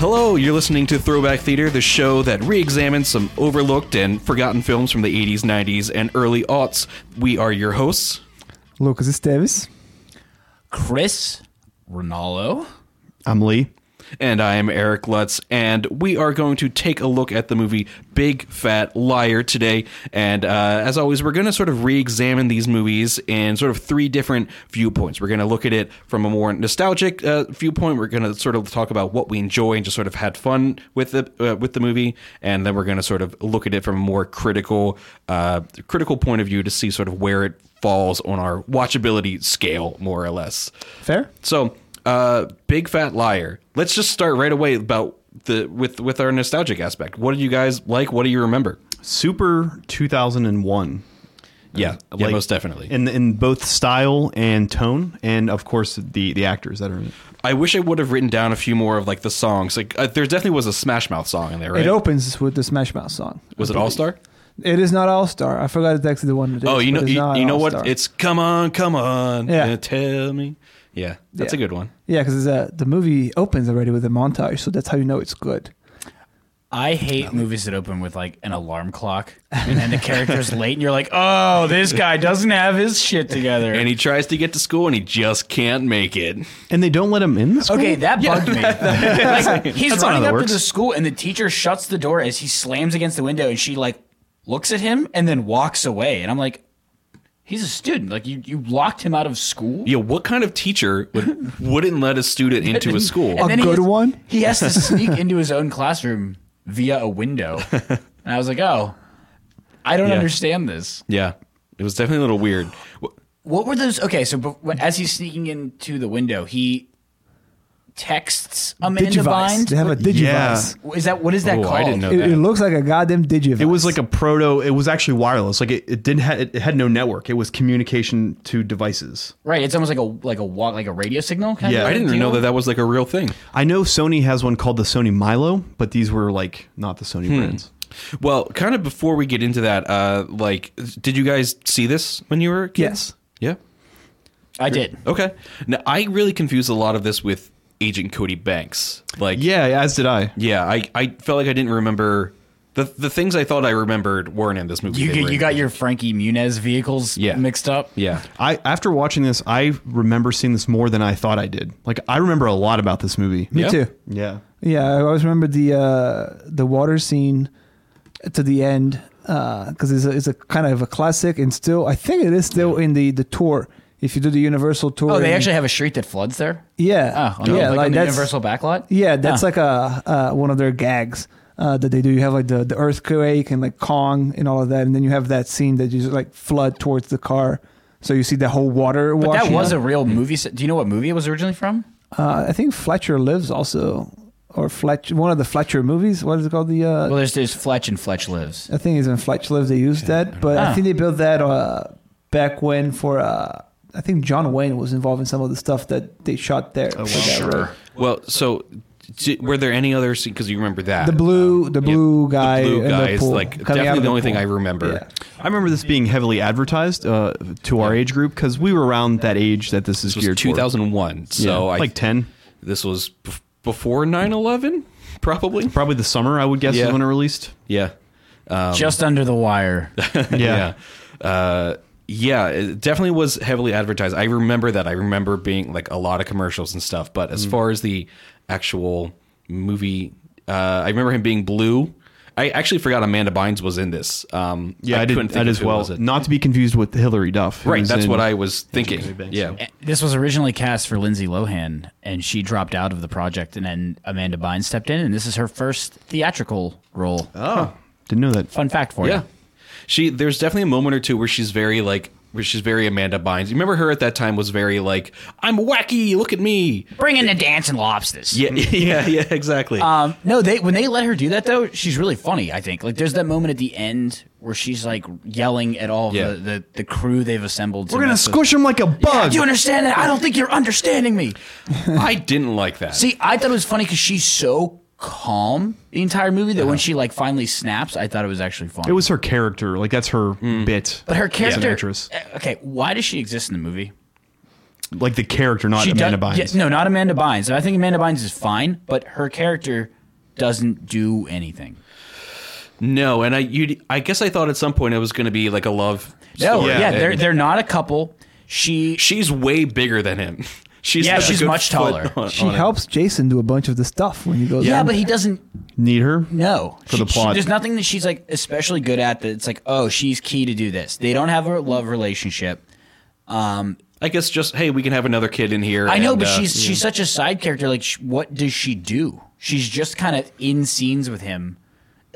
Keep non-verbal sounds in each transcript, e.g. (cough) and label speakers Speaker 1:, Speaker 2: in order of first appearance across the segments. Speaker 1: Hello, you're listening to Throwback Theater, the show that re examines some overlooked and forgotten films from the 80s, 90s, and early aughts. We are your hosts.
Speaker 2: Lucas Esteves.
Speaker 3: Chris Ronaldo.
Speaker 4: I'm Lee.
Speaker 1: And I am Eric Lutz, and we are going to take a look at the movie Big Fat Liar today. And uh, as always, we're going to sort of re examine these movies in sort of three different viewpoints. We're going to look at it from a more nostalgic uh, viewpoint. We're going to sort of talk about what we enjoy and just sort of had fun with the, uh, with the movie. And then we're going to sort of look at it from a more critical, uh, critical point of view to see sort of where it falls on our watchability scale, more or less.
Speaker 2: Fair.
Speaker 1: So, uh, big fat liar. Let's just start right away about the with with our nostalgic aspect. What did you guys like? What do you remember?
Speaker 4: Super 2001.
Speaker 1: Yeah, yeah,
Speaker 4: Like,
Speaker 1: most definitely.
Speaker 4: In in both style and tone, and of course the the actors that are in it.
Speaker 1: I wish I would have written down a few more of like the songs. Like uh, there definitely was a Smash Mouth song in there, right?
Speaker 2: It opens with the Smash Mouth song.
Speaker 1: was it All Star?
Speaker 2: It is not All Star. I forgot it's actually the one. That
Speaker 1: Oh, you know, you, you know what?
Speaker 2: It's
Speaker 1: It's come on, come on,
Speaker 2: Yeah.
Speaker 1: and tell me. Yeah, that's
Speaker 2: Yeah.
Speaker 1: a good one.
Speaker 2: yeah, because uh, the movie opens already with a montage, so that's how you know it's good.
Speaker 3: I hate movies that open with like an alarm clock and then
Speaker 1: (laughs)
Speaker 3: the character's late and you're like, oh, this guy doesn't have his shit together.
Speaker 1: And he tries to get to school and he just can't make it.
Speaker 4: And they don't let him in this.
Speaker 3: okay, that bugged me. (laughs) like, he's
Speaker 4: That's not how
Speaker 3: running
Speaker 4: that
Speaker 3: up
Speaker 4: works.
Speaker 3: to the school and the teacher shuts the door as he slams against the window and she like looks at him and then walks away. And I'm like, he's a student. Like you, you locked him out of school.
Speaker 1: Yeah, what kind of teacher would wouldn't let a
Speaker 2: (laughs)
Speaker 1: student into a school?
Speaker 2: A
Speaker 3: And then he
Speaker 2: good
Speaker 3: has-
Speaker 2: one?
Speaker 3: He has
Speaker 1: (laughs)
Speaker 3: to sneak into his own classroom via a window. And I was like, oh, I don't
Speaker 1: Yeah.
Speaker 3: understand this.
Speaker 1: Yeah, it was definitely a little
Speaker 2: (gasps)
Speaker 1: weird. Wh-
Speaker 3: What were those? Okay, so bef- when, as he's sneaking into the window, he texts Amanda
Speaker 2: Digivice. They
Speaker 3: Bind.
Speaker 2: have a Digivice.
Speaker 3: Is that what is that
Speaker 1: Oh,
Speaker 3: called?
Speaker 1: I didn't know
Speaker 2: It,
Speaker 1: that.
Speaker 2: it looks like a goddamn Digivice.
Speaker 4: It was like a proto. It was actually wireless. Like it, it didn't ha- it had no network. It was communication to devices.
Speaker 3: Right, it's almost like a like a walk like a radio signal. Kind
Speaker 4: Yeah.
Speaker 3: of
Speaker 1: I didn't
Speaker 3: deal?
Speaker 1: know that that was like a real thing.
Speaker 4: I know Sony has one called the Sony Milo, but these were like not the
Speaker 1: Hmm.
Speaker 4: Sony brands.
Speaker 1: Well, kind of before we get into that, uh, like, did you guys see this when you were kids? Yes. Yeah.
Speaker 3: I did.
Speaker 1: Okay. Now I really confused a lot of this with Agent Cody Banks. Like,
Speaker 4: Yeah, as did I.
Speaker 1: yeah, I, I felt like I didn't remember the the things I thought I remembered weren't in this movie.
Speaker 3: You
Speaker 1: They
Speaker 3: get,
Speaker 1: were
Speaker 3: you
Speaker 1: in-
Speaker 3: got your Frankie Muniz vehicles
Speaker 1: Yeah.
Speaker 3: mixed up.
Speaker 1: yeah.
Speaker 4: I after watching this, I remember seeing this more than I thought I did. Like I remember a lot about this movie.
Speaker 2: Me
Speaker 1: Yeah.
Speaker 2: too.
Speaker 4: Yeah.
Speaker 2: Yeah, I always remember the uh, the water scene to the end because it's, a, it's a kind of a classic and still I think it is still in the the tour. If you do the Universal tour,
Speaker 3: Oh, they
Speaker 2: in-
Speaker 3: actually have a street that floods there.
Speaker 2: yeah,
Speaker 3: Oh, on the-
Speaker 2: yeah,
Speaker 3: like, on the
Speaker 2: that's-
Speaker 3: Universal backlot.
Speaker 2: Yeah, that's like a uh, one of their gags uh, that they do. You have like the, the earthquake and like Kong and all of that, and then you have that scene that you just like flood towards the car, so you see the whole water.
Speaker 3: But that was a
Speaker 2: up.
Speaker 3: real movie. set. Do you know what movie it was originally from?
Speaker 2: Uh, I think Fletcher lives also, or Fletcher. One of the Fletcher movies. What is it called? The uh,
Speaker 3: Well, there's there's Fletch and Fletch Lives.
Speaker 2: I think it's in Fletch lives. They used that, but I
Speaker 3: Ah.
Speaker 2: think they built that uh, back when for. Uh, I think John Wayne was involved in some of the stuff that they shot there.
Speaker 1: Oh,
Speaker 2: for that road.
Speaker 1: Well, so d- were there any other because you remember that um,
Speaker 2: The blue- the blue guy
Speaker 1: the blue
Speaker 2: in the
Speaker 1: guy is
Speaker 2: pool,
Speaker 1: like
Speaker 2: coming out
Speaker 1: definitely
Speaker 2: of
Speaker 1: the
Speaker 2: the
Speaker 1: only thing
Speaker 2: pool.
Speaker 1: I remember.
Speaker 2: Yeah.
Speaker 4: I remember this being heavily advertised uh, to our age group because we were around that age that this is
Speaker 1: This was
Speaker 4: geared toward.
Speaker 1: 2001, so
Speaker 4: Yeah,
Speaker 1: I,
Speaker 4: like 10.
Speaker 1: This was bef- before 9/11, probably.
Speaker 4: Probably the summer, I would guess,
Speaker 1: Yeah.
Speaker 4: is when it released.
Speaker 1: Yeah.
Speaker 3: Just under the wire. (laughs)
Speaker 4: Yeah.
Speaker 1: (laughs) Yeah. Uh, yeah, it definitely was heavily advertised. I remember that. I remember being like a lot of commercials and stuff. But
Speaker 4: Mm.
Speaker 1: as far as the actual movie, uh, I remember him being blue. I actually forgot Amanda Bynes was in this. Um,
Speaker 4: Yeah, I,
Speaker 1: couldn't
Speaker 4: didn't. That
Speaker 1: of
Speaker 4: as
Speaker 1: who
Speaker 4: well.
Speaker 1: was it.
Speaker 4: Not to be confused with Hillary Duff. who
Speaker 1: right,
Speaker 4: was
Speaker 1: that's
Speaker 4: in-
Speaker 1: what I was
Speaker 4: Cody
Speaker 1: thinking.
Speaker 4: Banks.
Speaker 1: Yeah.
Speaker 3: This was originally cast for Lindsay Lohan, and she dropped out of the project, and then Amanda Bynes stepped in, and this is her first theatrical role.
Speaker 4: Oh, didn't know that.
Speaker 3: Fun fact for
Speaker 1: Yeah.
Speaker 3: you.
Speaker 1: She there's definitely a moment or two where she's very like where she's very Amanda Bynes. You remember her at that time was very like, I'm wacky, look at me.
Speaker 3: Bring in the dancing lobsters. (laughs)
Speaker 1: Yeah, yeah, yeah, exactly.
Speaker 3: Um, no, they when they let her do that though, she's really funny. I think like there's that moment at the end where she's like yelling at all of
Speaker 1: Yeah.
Speaker 3: the, the the crew they've assembled.
Speaker 4: We're gonna squish him like a bug.
Speaker 3: Do you understand that? I don't think you're understanding me.
Speaker 1: I didn't like that.
Speaker 3: See, I thought it was funny because she's so calm the entire movie that when she like finally snaps, I thought it was actually funny.
Speaker 4: Uh-huh. it was her character.
Speaker 1: Mm.
Speaker 4: Like that's her bit.
Speaker 3: but her
Speaker 4: as an
Speaker 3: character.
Speaker 4: actress.
Speaker 3: eh, Okay, why does she exist in the movie?
Speaker 4: like the character, not Amanda
Speaker 3: does-
Speaker 4: Bynes.
Speaker 3: yeah, no, not Amanda Bynes. And I think Amanda Bynes is fine, but her character doesn't do anything.
Speaker 1: No, and I you I guess I thought at some point it was going to be like a love.
Speaker 3: No,
Speaker 1: story,
Speaker 3: yeah,
Speaker 1: and
Speaker 3: they're they're not a couple. She
Speaker 1: she's way bigger than him. (laughs) She's
Speaker 3: Yeah,
Speaker 1: has a
Speaker 3: she's
Speaker 1: good
Speaker 3: much
Speaker 1: foot
Speaker 3: taller.
Speaker 1: on-
Speaker 2: She
Speaker 1: on him.
Speaker 2: helps Jason do a bunch of the stuff when he goes.
Speaker 3: yeah,
Speaker 2: in.
Speaker 3: but he doesn't
Speaker 4: Need her?
Speaker 3: know
Speaker 4: For the plot.
Speaker 3: there's nothing that she's like especially good at. That it's like, oh, she's key to do this. They don't have a love relationship.
Speaker 1: I guess just hey, we can have another kid in here.
Speaker 3: I know,
Speaker 1: and,
Speaker 3: but
Speaker 1: uh,
Speaker 3: she's she's such a side character. Like, sh- what does she do? She's just kind of in scenes with him.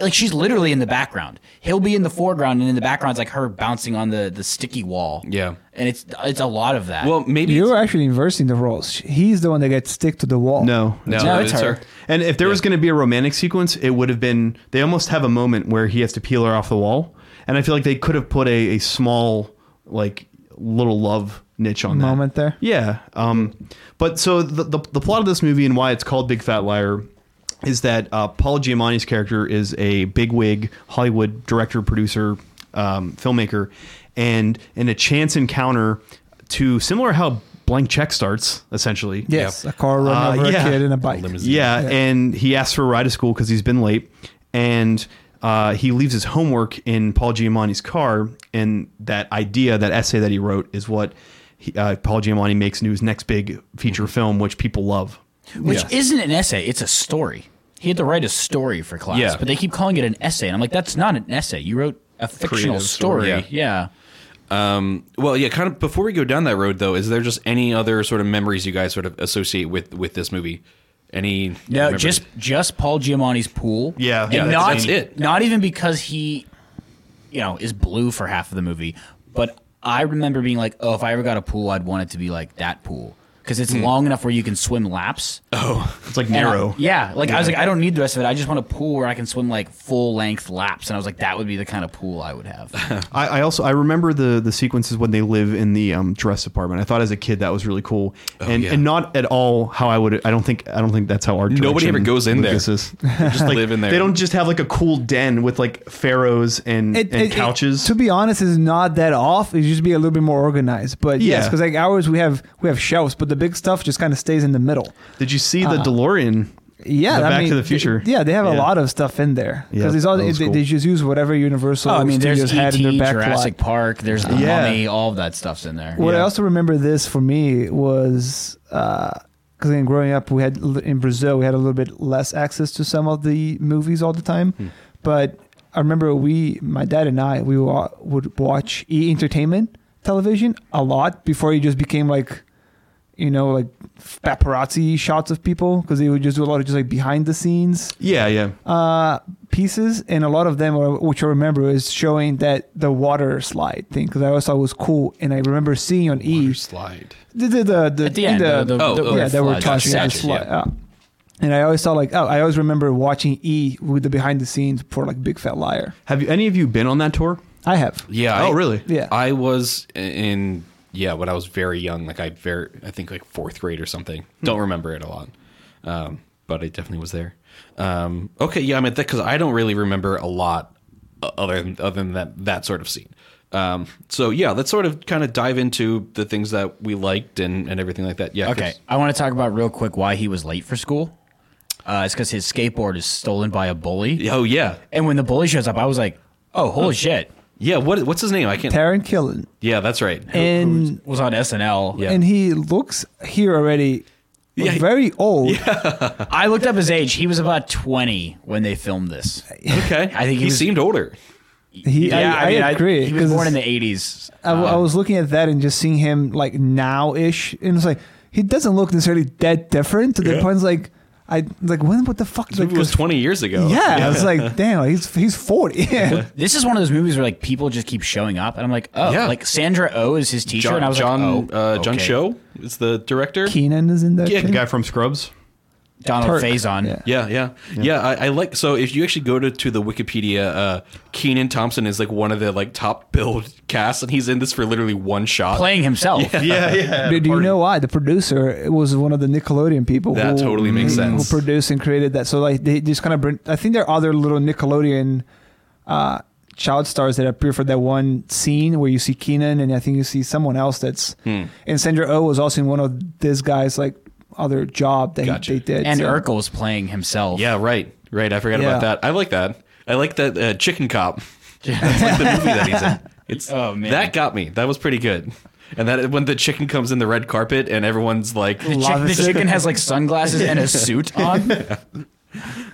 Speaker 3: Like, she's literally in the background. He'll be in the foreground, and in the background's like her bouncing on the the sticky wall.
Speaker 1: Yeah.
Speaker 3: and it's it's a lot of that.
Speaker 1: well, maybe
Speaker 2: You're actually inversing the roles. He's the one that gets stick to the wall.
Speaker 4: No,
Speaker 1: no,
Speaker 3: No,
Speaker 1: it's
Speaker 3: it's her.
Speaker 1: her.
Speaker 4: And if there was going to be a romantic sequence, it would have been. They almost have a moment where he has to peel her off the wall, and I feel like they could have put a, a small like little love niche on that
Speaker 2: Moment there?
Speaker 4: Yeah. Um, but so the, the the plot of this movie and why it's called Big Fat Liar is that uh, Paul Giamatti's character is a bigwig Hollywood director, producer, um, filmmaker, and in a chance encounter to similar how Blank Check starts essentially.
Speaker 2: Yes, a car run
Speaker 4: Uh,
Speaker 2: over
Speaker 4: yeah.
Speaker 2: a kid in a bike.
Speaker 4: Yeah, and he asks for a ride to school because he's been late, and uh, he leaves his homework in Paul Giamatti's car. And that idea, that essay that he wrote, is what he, uh, Paul Giamatti makes into his next big feature film, which people love.
Speaker 3: which isn't an essay; it's a story. He had to write a story for class,
Speaker 1: Yeah.
Speaker 3: but they keep calling it an essay, and I'm like, that's not an essay. You wrote a fictional
Speaker 1: Creative
Speaker 3: story.
Speaker 1: story,
Speaker 3: yeah.
Speaker 1: Well, yeah, kind of. Before we go down that road, though, is there just any other sort of memories you guys sort of associate with with this movie? Any?
Speaker 3: No,
Speaker 1: memories?
Speaker 3: just just Paul Giamatti's pool.
Speaker 4: Yeah.
Speaker 3: and
Speaker 4: Yeah, that's-
Speaker 3: not
Speaker 1: that's it.
Speaker 3: Not even because he, you know, is blue for half of the movie. But I remember being like, oh, if I ever got a pool, I'd want it to be like that pool because it's long enough where you can swim laps.
Speaker 4: It's like
Speaker 3: And I-
Speaker 4: narrow.
Speaker 3: yeah, like I was like, I don't need the rest of it. I just want a pool where I can swim like full length laps. And I was like, that would be the kind of pool I
Speaker 2: (laughs)
Speaker 3: would have.
Speaker 4: I, I also I remember the the sequences when they live in the um, dress apartment. I thought as a kid that was really cool, and
Speaker 1: Oh, yeah.
Speaker 4: and not at all how I would. I don't think I don't think that's how our
Speaker 1: Nobody
Speaker 4: direction
Speaker 1: ever goes in there.
Speaker 4: Lucas is. (laughs)
Speaker 1: just live in there.
Speaker 4: They don't just have like a cool den with like pharaohs and,
Speaker 2: It-
Speaker 4: and
Speaker 2: it- it-
Speaker 4: couches.
Speaker 2: to be honest, it's not that off. It used to be a little bit more organized. But yes,
Speaker 4: Yeah.
Speaker 2: because like ours, we have we have shelves, but the big stuff just kind of stays in the middle.
Speaker 4: Did you see
Speaker 2: Ah.
Speaker 4: the DeLorean?
Speaker 2: Yeah,
Speaker 4: The
Speaker 2: I
Speaker 4: Back
Speaker 2: mean,
Speaker 4: to the
Speaker 2: they-
Speaker 4: Future.
Speaker 2: yeah, they have a
Speaker 4: Yeah.
Speaker 2: lot of stuff in there
Speaker 4: Yeah,
Speaker 2: because it's all
Speaker 4: that
Speaker 2: they,
Speaker 4: was cool.
Speaker 2: they just use whatever Universal
Speaker 3: Oh, I mean, there's
Speaker 2: Studios had
Speaker 3: ET,
Speaker 2: in their back
Speaker 3: Jurassic
Speaker 2: lot.
Speaker 3: Park, there's the
Speaker 4: Yeah.
Speaker 3: Mummy, all of that stuff's in there.
Speaker 2: What I
Speaker 4: Yeah.
Speaker 2: also remember this for me was because in growing up, we had in Brazil we had a little bit less access to some of the movies all the time, but I remember we, my dad and I, we wa- would watch E Entertainment television a lot before it just became like, you know, like paparazzi shots of people because they would just do a lot of just like behind the scenes
Speaker 4: Yeah, yeah.
Speaker 2: uh, pieces, and a lot of them, are, which I remember, is showing that the water slide thing because I always thought it was cool, and I remember seeing on E
Speaker 1: slide.
Speaker 2: the the the, the,
Speaker 3: At the end,
Speaker 2: the-
Speaker 3: the- the-
Speaker 1: Oh,
Speaker 3: the-
Speaker 1: oh,
Speaker 2: yeah, they were
Speaker 3: flood,
Speaker 2: tossing the
Speaker 3: statue,
Speaker 2: slide.
Speaker 3: yeah.
Speaker 2: uh, and I always thought like oh, I always remember watching E with the behind the scenes for like Big Fat Liar.
Speaker 4: Have you any of you been on that tour?
Speaker 2: I have.
Speaker 1: Yeah.
Speaker 4: Oh,
Speaker 1: I-
Speaker 4: really?
Speaker 2: Yeah.
Speaker 1: I was in yeah when I was very young, like I very I think like fourth grade or something. Don't remember it a lot, um, but I definitely was there. Um, okay, yeah, I mean because I don't really remember a lot o- other than other than that that sort of scene. Um, so yeah, let's sort of kind of dive into the things that we liked and and everything like that. Yeah.
Speaker 3: Okay,
Speaker 1: Chris.
Speaker 3: I want to talk about real quick why he was late for school. Uh, it's because his skateboard is stolen by a bully,
Speaker 1: Oh yeah,
Speaker 3: and when the bully shows up, I was like, "Oh,
Speaker 1: (laughs)
Speaker 3: holy shit!"
Speaker 1: yeah. What what's his name? I can't.
Speaker 2: Taron Killen,
Speaker 1: yeah, that's right.
Speaker 3: eh,
Speaker 2: and
Speaker 3: Was on SNL.
Speaker 1: Yeah.
Speaker 2: and he looks here already.
Speaker 1: Yeah.
Speaker 2: very old.
Speaker 3: I looked up his age. He was about twenty when they
Speaker 2: (laughs)
Speaker 3: filmed this.
Speaker 1: (laughs) Okay,
Speaker 3: I think he
Speaker 1: he
Speaker 3: was-
Speaker 1: seemed older.
Speaker 2: He, I, I, agree.
Speaker 3: he was
Speaker 2: 'cause
Speaker 3: born
Speaker 2: it's-
Speaker 3: in the eighties.
Speaker 2: I, w- I was looking at that and just seeing him like now ish, and it's like he doesn't look necessarily that different. To the point, it's like I like when what the fuck?
Speaker 1: It
Speaker 2: like,
Speaker 1: was
Speaker 2: 'cause-
Speaker 1: twenty years ago.
Speaker 2: Yeah, I was like, damn, he's he's forty. Yeah.
Speaker 3: This is one of those movies where like people just keep showing up, and I'm like, "Oh,
Speaker 1: Yeah.
Speaker 3: like Sandra O is his teacher,"
Speaker 1: John
Speaker 3: and I was
Speaker 1: John
Speaker 3: like, "Oh,
Speaker 1: uh, John
Speaker 3: okay.
Speaker 1: Cho is the director.
Speaker 2: (laughs) Keenan is in that.
Speaker 1: Yeah,
Speaker 2: too.
Speaker 4: The guy
Speaker 1: (laughs)
Speaker 4: from Scrubs.
Speaker 3: Donald
Speaker 2: Turk.
Speaker 3: Faison."
Speaker 2: Yeah.
Speaker 1: Yeah, yeah, yeah. I, I like so if you actually go to, to the Wikipedia, uh, Keenan Thompson is like one of the like top billed cast, and he's in this for literally one shot.
Speaker 2: (laughs)
Speaker 3: Playing himself.
Speaker 4: Yeah, yeah.
Speaker 2: Do, do you know why the producer was one of the Nickelodeon people?
Speaker 1: That totally makes sense.
Speaker 2: Who produced and created that? So like they just kind of bring. I think there are other little Nickelodeon uh, child stars that appear for that one scene where you see Keenan and I think you see someone else that's
Speaker 1: Hmm.
Speaker 2: and Sandra O oh was also in one of this guy's like other job that
Speaker 1: Gotcha.
Speaker 2: he, they did
Speaker 3: And
Speaker 2: so-
Speaker 3: Urkel was playing himself.
Speaker 1: Yeah, right, right. I forgot about
Speaker 2: Yeah.
Speaker 1: that. I like that. I like that uh, Chicken
Speaker 3: (laughs)
Speaker 1: Cop. That's like the movie that he's in. It's
Speaker 3: Oh, man.
Speaker 1: that got me. That was pretty good. And that when the chicken comes in the red carpet and everyone's like,
Speaker 3: The, chick- the chicken has like sunglasses and a
Speaker 2: (laughs)
Speaker 3: suit on.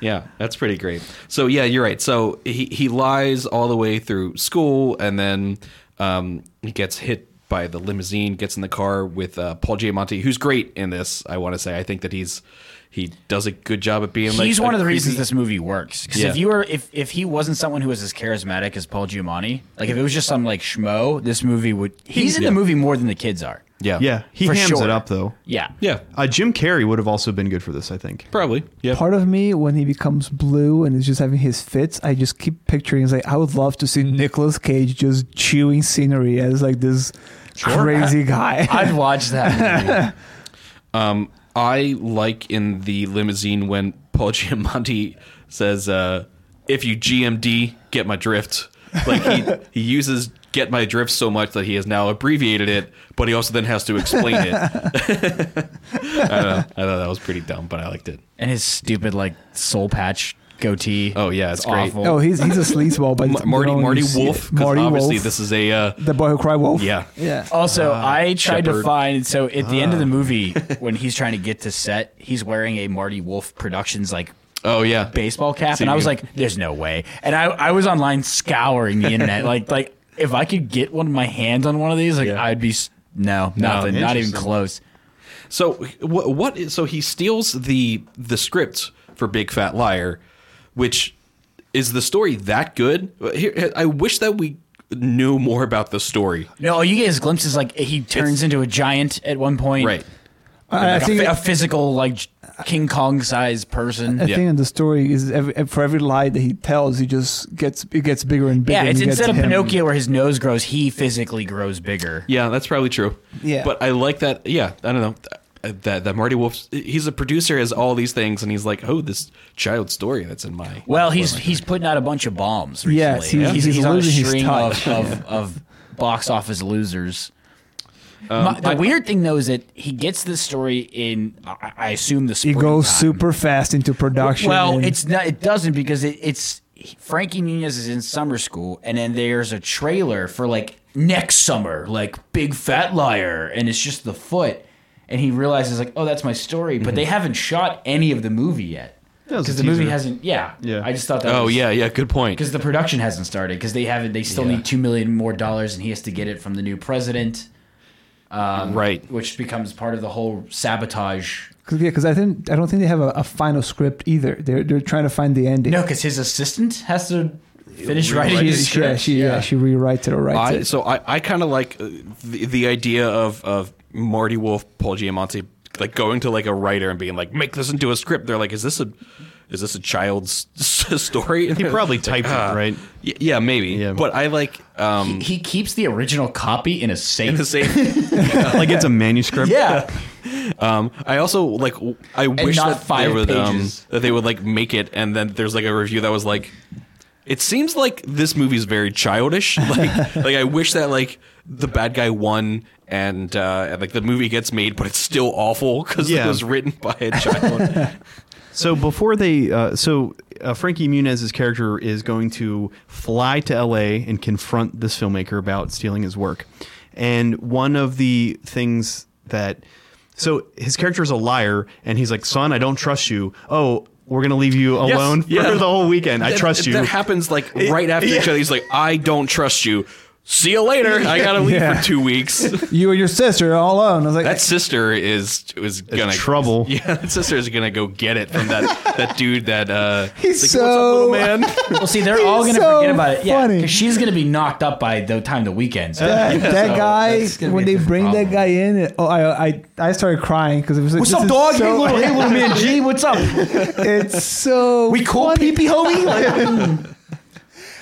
Speaker 1: yeah, that's pretty great. So yeah, you're right. So he he lies all the way through school, and then um, he gets hit by the limousine. Gets in the car with uh, Paul Giamatti, who's great in this. I want to say I think that he's he does a good job at being. like,
Speaker 3: He's
Speaker 1: a
Speaker 3: one of the
Speaker 1: creepy-
Speaker 3: reasons this movie works. Because
Speaker 1: Yeah.
Speaker 3: if you were, if if he wasn't someone who was as charismatic as Paul Giamatti, like if it was just some like schmo, this movie would. He's in
Speaker 1: Yeah.
Speaker 3: the movie more than the kids are.
Speaker 1: Yeah,
Speaker 4: Yeah, he
Speaker 3: For
Speaker 4: hams
Speaker 3: sure.
Speaker 4: it up though.
Speaker 3: Yeah.
Speaker 1: yeah,
Speaker 4: Uh, Jim Carrey would have also been good for this,
Speaker 2: (laughs)
Speaker 4: I think.
Speaker 1: probably. Yeah,
Speaker 2: Part of me, when he becomes blue and is just having his fits, I just keep picturing. It's like I would love to see Nicolas Cage just chewing scenery as like this crazy guy.
Speaker 3: I'd watch that. Movie.
Speaker 1: Um, I like in the limousine when Paul (laughs) Giamatti says, uh, "If you GMD, get my drift." Like
Speaker 2: (laughs)
Speaker 1: he he uses "get my drift" so much that he has now abbreviated it, but he also then has to explain it. (laughs) I don't know. I thought that was pretty dumb, but I liked it.
Speaker 3: and his stupid like soul patch goatee.
Speaker 1: Oh, yeah, it's great.
Speaker 3: awful.
Speaker 2: oh, he's he's a sleazeball, but
Speaker 1: M- Marty
Speaker 2: no,
Speaker 1: Marty
Speaker 2: he's-
Speaker 1: Wolf, because
Speaker 2: Marty
Speaker 1: obviously
Speaker 2: Wolf,
Speaker 1: this is a uh,
Speaker 2: the boy who cried wolf.
Speaker 1: yeah.
Speaker 2: yeah.
Speaker 3: (laughs) Also,
Speaker 1: Uh,
Speaker 3: I tried
Speaker 1: Shepherd.
Speaker 3: to find so at the
Speaker 1: Ah.
Speaker 3: end of
Speaker 1: (laughs)
Speaker 3: the movie when he's trying to get to set, he's wearing a Marty Wolf Productions like
Speaker 1: Oh yeah,
Speaker 3: baseball cap,
Speaker 1: See,
Speaker 3: and I was
Speaker 1: you-
Speaker 3: like, "There's no way." And I I was online scouring the internet,
Speaker 1: (laughs)
Speaker 3: like like if I could get one of my hands on one of these, like
Speaker 1: Yeah.
Speaker 3: I'd be s- no nothing, not even
Speaker 4: Interesting.
Speaker 3: close.
Speaker 1: So what? What? Is, so he steals the the script for Big Fat Liar, which is the story that good? Here, I wish that we knew more about the story.
Speaker 3: No, all you get is glimpses like he turns into a giant at one point,
Speaker 1: Right.
Speaker 2: I, I
Speaker 3: Like a,
Speaker 2: think
Speaker 3: phy- a physical like j- King Kong sized person.
Speaker 2: I
Speaker 1: Yeah.
Speaker 2: think in the story is every, for every lie that he tells, he just gets it gets bigger and bigger.
Speaker 3: Yeah,
Speaker 2: and
Speaker 3: it's
Speaker 2: you get
Speaker 3: instead
Speaker 2: to
Speaker 3: of
Speaker 2: him.
Speaker 3: Pinocchio where his nose grows, he physically grows bigger.
Speaker 1: Yeah, that's probably true.
Speaker 2: Yeah.
Speaker 1: But I like that. Yeah, I don't know. That that Marty Wolf, he's a producer, has all these things, and he's like, oh, this child story that's in my.
Speaker 3: Well, he's he's putting out a bunch of bombs recently.
Speaker 2: Yes, he's-
Speaker 3: he's,
Speaker 2: he's
Speaker 3: on a
Speaker 2: losing his
Speaker 3: string
Speaker 2: touch.
Speaker 3: of, of, of box office losers. My- the weird thing though is that he gets this story in, I, I assume the
Speaker 2: he
Speaker 3: spring
Speaker 2: goes super fast into production.
Speaker 3: Well,
Speaker 2: and-
Speaker 3: it's not. It doesn't because it, it's Frankie Muniz is in summer school, and then there's a trailer for like next summer, like Big Fat Liar, and it's just the foot, and he realizes like, oh, that's my story, but they haven't shot any of the movie yet
Speaker 4: That was a
Speaker 3: because the movie
Speaker 4: teaser.
Speaker 3: hasn't. Yeah,
Speaker 4: Yeah.
Speaker 3: I just thought that.
Speaker 1: Oh yeah, yeah. Good point.
Speaker 3: because the production hasn't started because they haven't. They still
Speaker 1: Yeah.
Speaker 3: need two million more dollars, and he has to get it from the new president. Um,
Speaker 1: Right.
Speaker 3: which becomes part of the whole sabotage.
Speaker 2: Cause, yeah, because I think I don't think they have a, a final script either. They're they're trying to find the ending.
Speaker 3: No, because his assistant has to finish
Speaker 1: Rewrite
Speaker 3: writing
Speaker 2: she,
Speaker 3: his
Speaker 2: she, yeah,
Speaker 3: script.
Speaker 2: she yeah. she rewrites it or writes
Speaker 1: I,
Speaker 2: it.
Speaker 1: so I, I kind of like uh, the, the idea of, of Marty Wolf, Paul Giamatti, like going to like a writer and being like, make this into a script. They're like, is this a is this a child's (laughs) story?
Speaker 4: He probably typed
Speaker 1: Ah.
Speaker 4: it, right?
Speaker 1: Y- yeah, maybe.
Speaker 4: Yeah.
Speaker 1: But I like um,
Speaker 3: He keeps the original copy in a safe.
Speaker 1: in the same.
Speaker 4: like it's a manuscript.
Speaker 3: yeah,
Speaker 1: Um, I also like. w- I wish
Speaker 3: not
Speaker 1: that they
Speaker 3: five
Speaker 1: would um,
Speaker 3: pages.
Speaker 1: that they would like make it, and then there's like a review that was like, it seems like this movie's very childish. (laughs) Like, like I wish that like the bad guy won, and uh, and like the movie gets made, but it's still awful because it
Speaker 4: Yeah.
Speaker 1: was written by a child.
Speaker 4: So before they, uh, so uh, Frankie Muniz's character is going to fly to L.A. and confront this filmmaker about stealing his work, and one of the things that, so his character is a liar, and he's like, "Son, I don't trust you. Oh, we're gonna leave you alone
Speaker 1: yeah.
Speaker 4: for the whole weekend. I
Speaker 1: That-
Speaker 4: trust you."
Speaker 1: That happens like right after each other. He's like, I don't trust you. See you later. I gotta leave
Speaker 2: Yeah.
Speaker 1: for two weeks.
Speaker 2: you and your sister are all alone. I was like,
Speaker 1: That sister is is gonna
Speaker 4: trouble.
Speaker 1: (laughs) Yeah, that sister is gonna go get it from that that dude that uh.
Speaker 2: he's
Speaker 1: It's like, "What's up,
Speaker 2: so
Speaker 1: little man?
Speaker 3: (laughs)
Speaker 2: (laughs)
Speaker 1: (laughs)
Speaker 3: well, see, they're all
Speaker 2: He's
Speaker 3: gonna
Speaker 2: so
Speaker 3: forget about it. Yeah,
Speaker 2: funny.
Speaker 3: because she's gonna be knocked up by the time the weekend.
Speaker 2: That,
Speaker 1: (laughs)
Speaker 2: that
Speaker 3: So
Speaker 2: guy,
Speaker 3: that's gonna
Speaker 2: when
Speaker 3: be a
Speaker 2: they bring
Speaker 3: different
Speaker 2: that
Speaker 3: problem.
Speaker 2: guy in, it- oh, I, I, I started crying because it was like,
Speaker 3: What's
Speaker 2: this
Speaker 3: up,
Speaker 2: is
Speaker 3: dog? hey,
Speaker 2: so-
Speaker 3: little,
Speaker 2: (laughs)
Speaker 3: hey, little man G, what's up?
Speaker 2: it's so
Speaker 3: We cool, peepee, homie. Like,
Speaker 2: (laughs)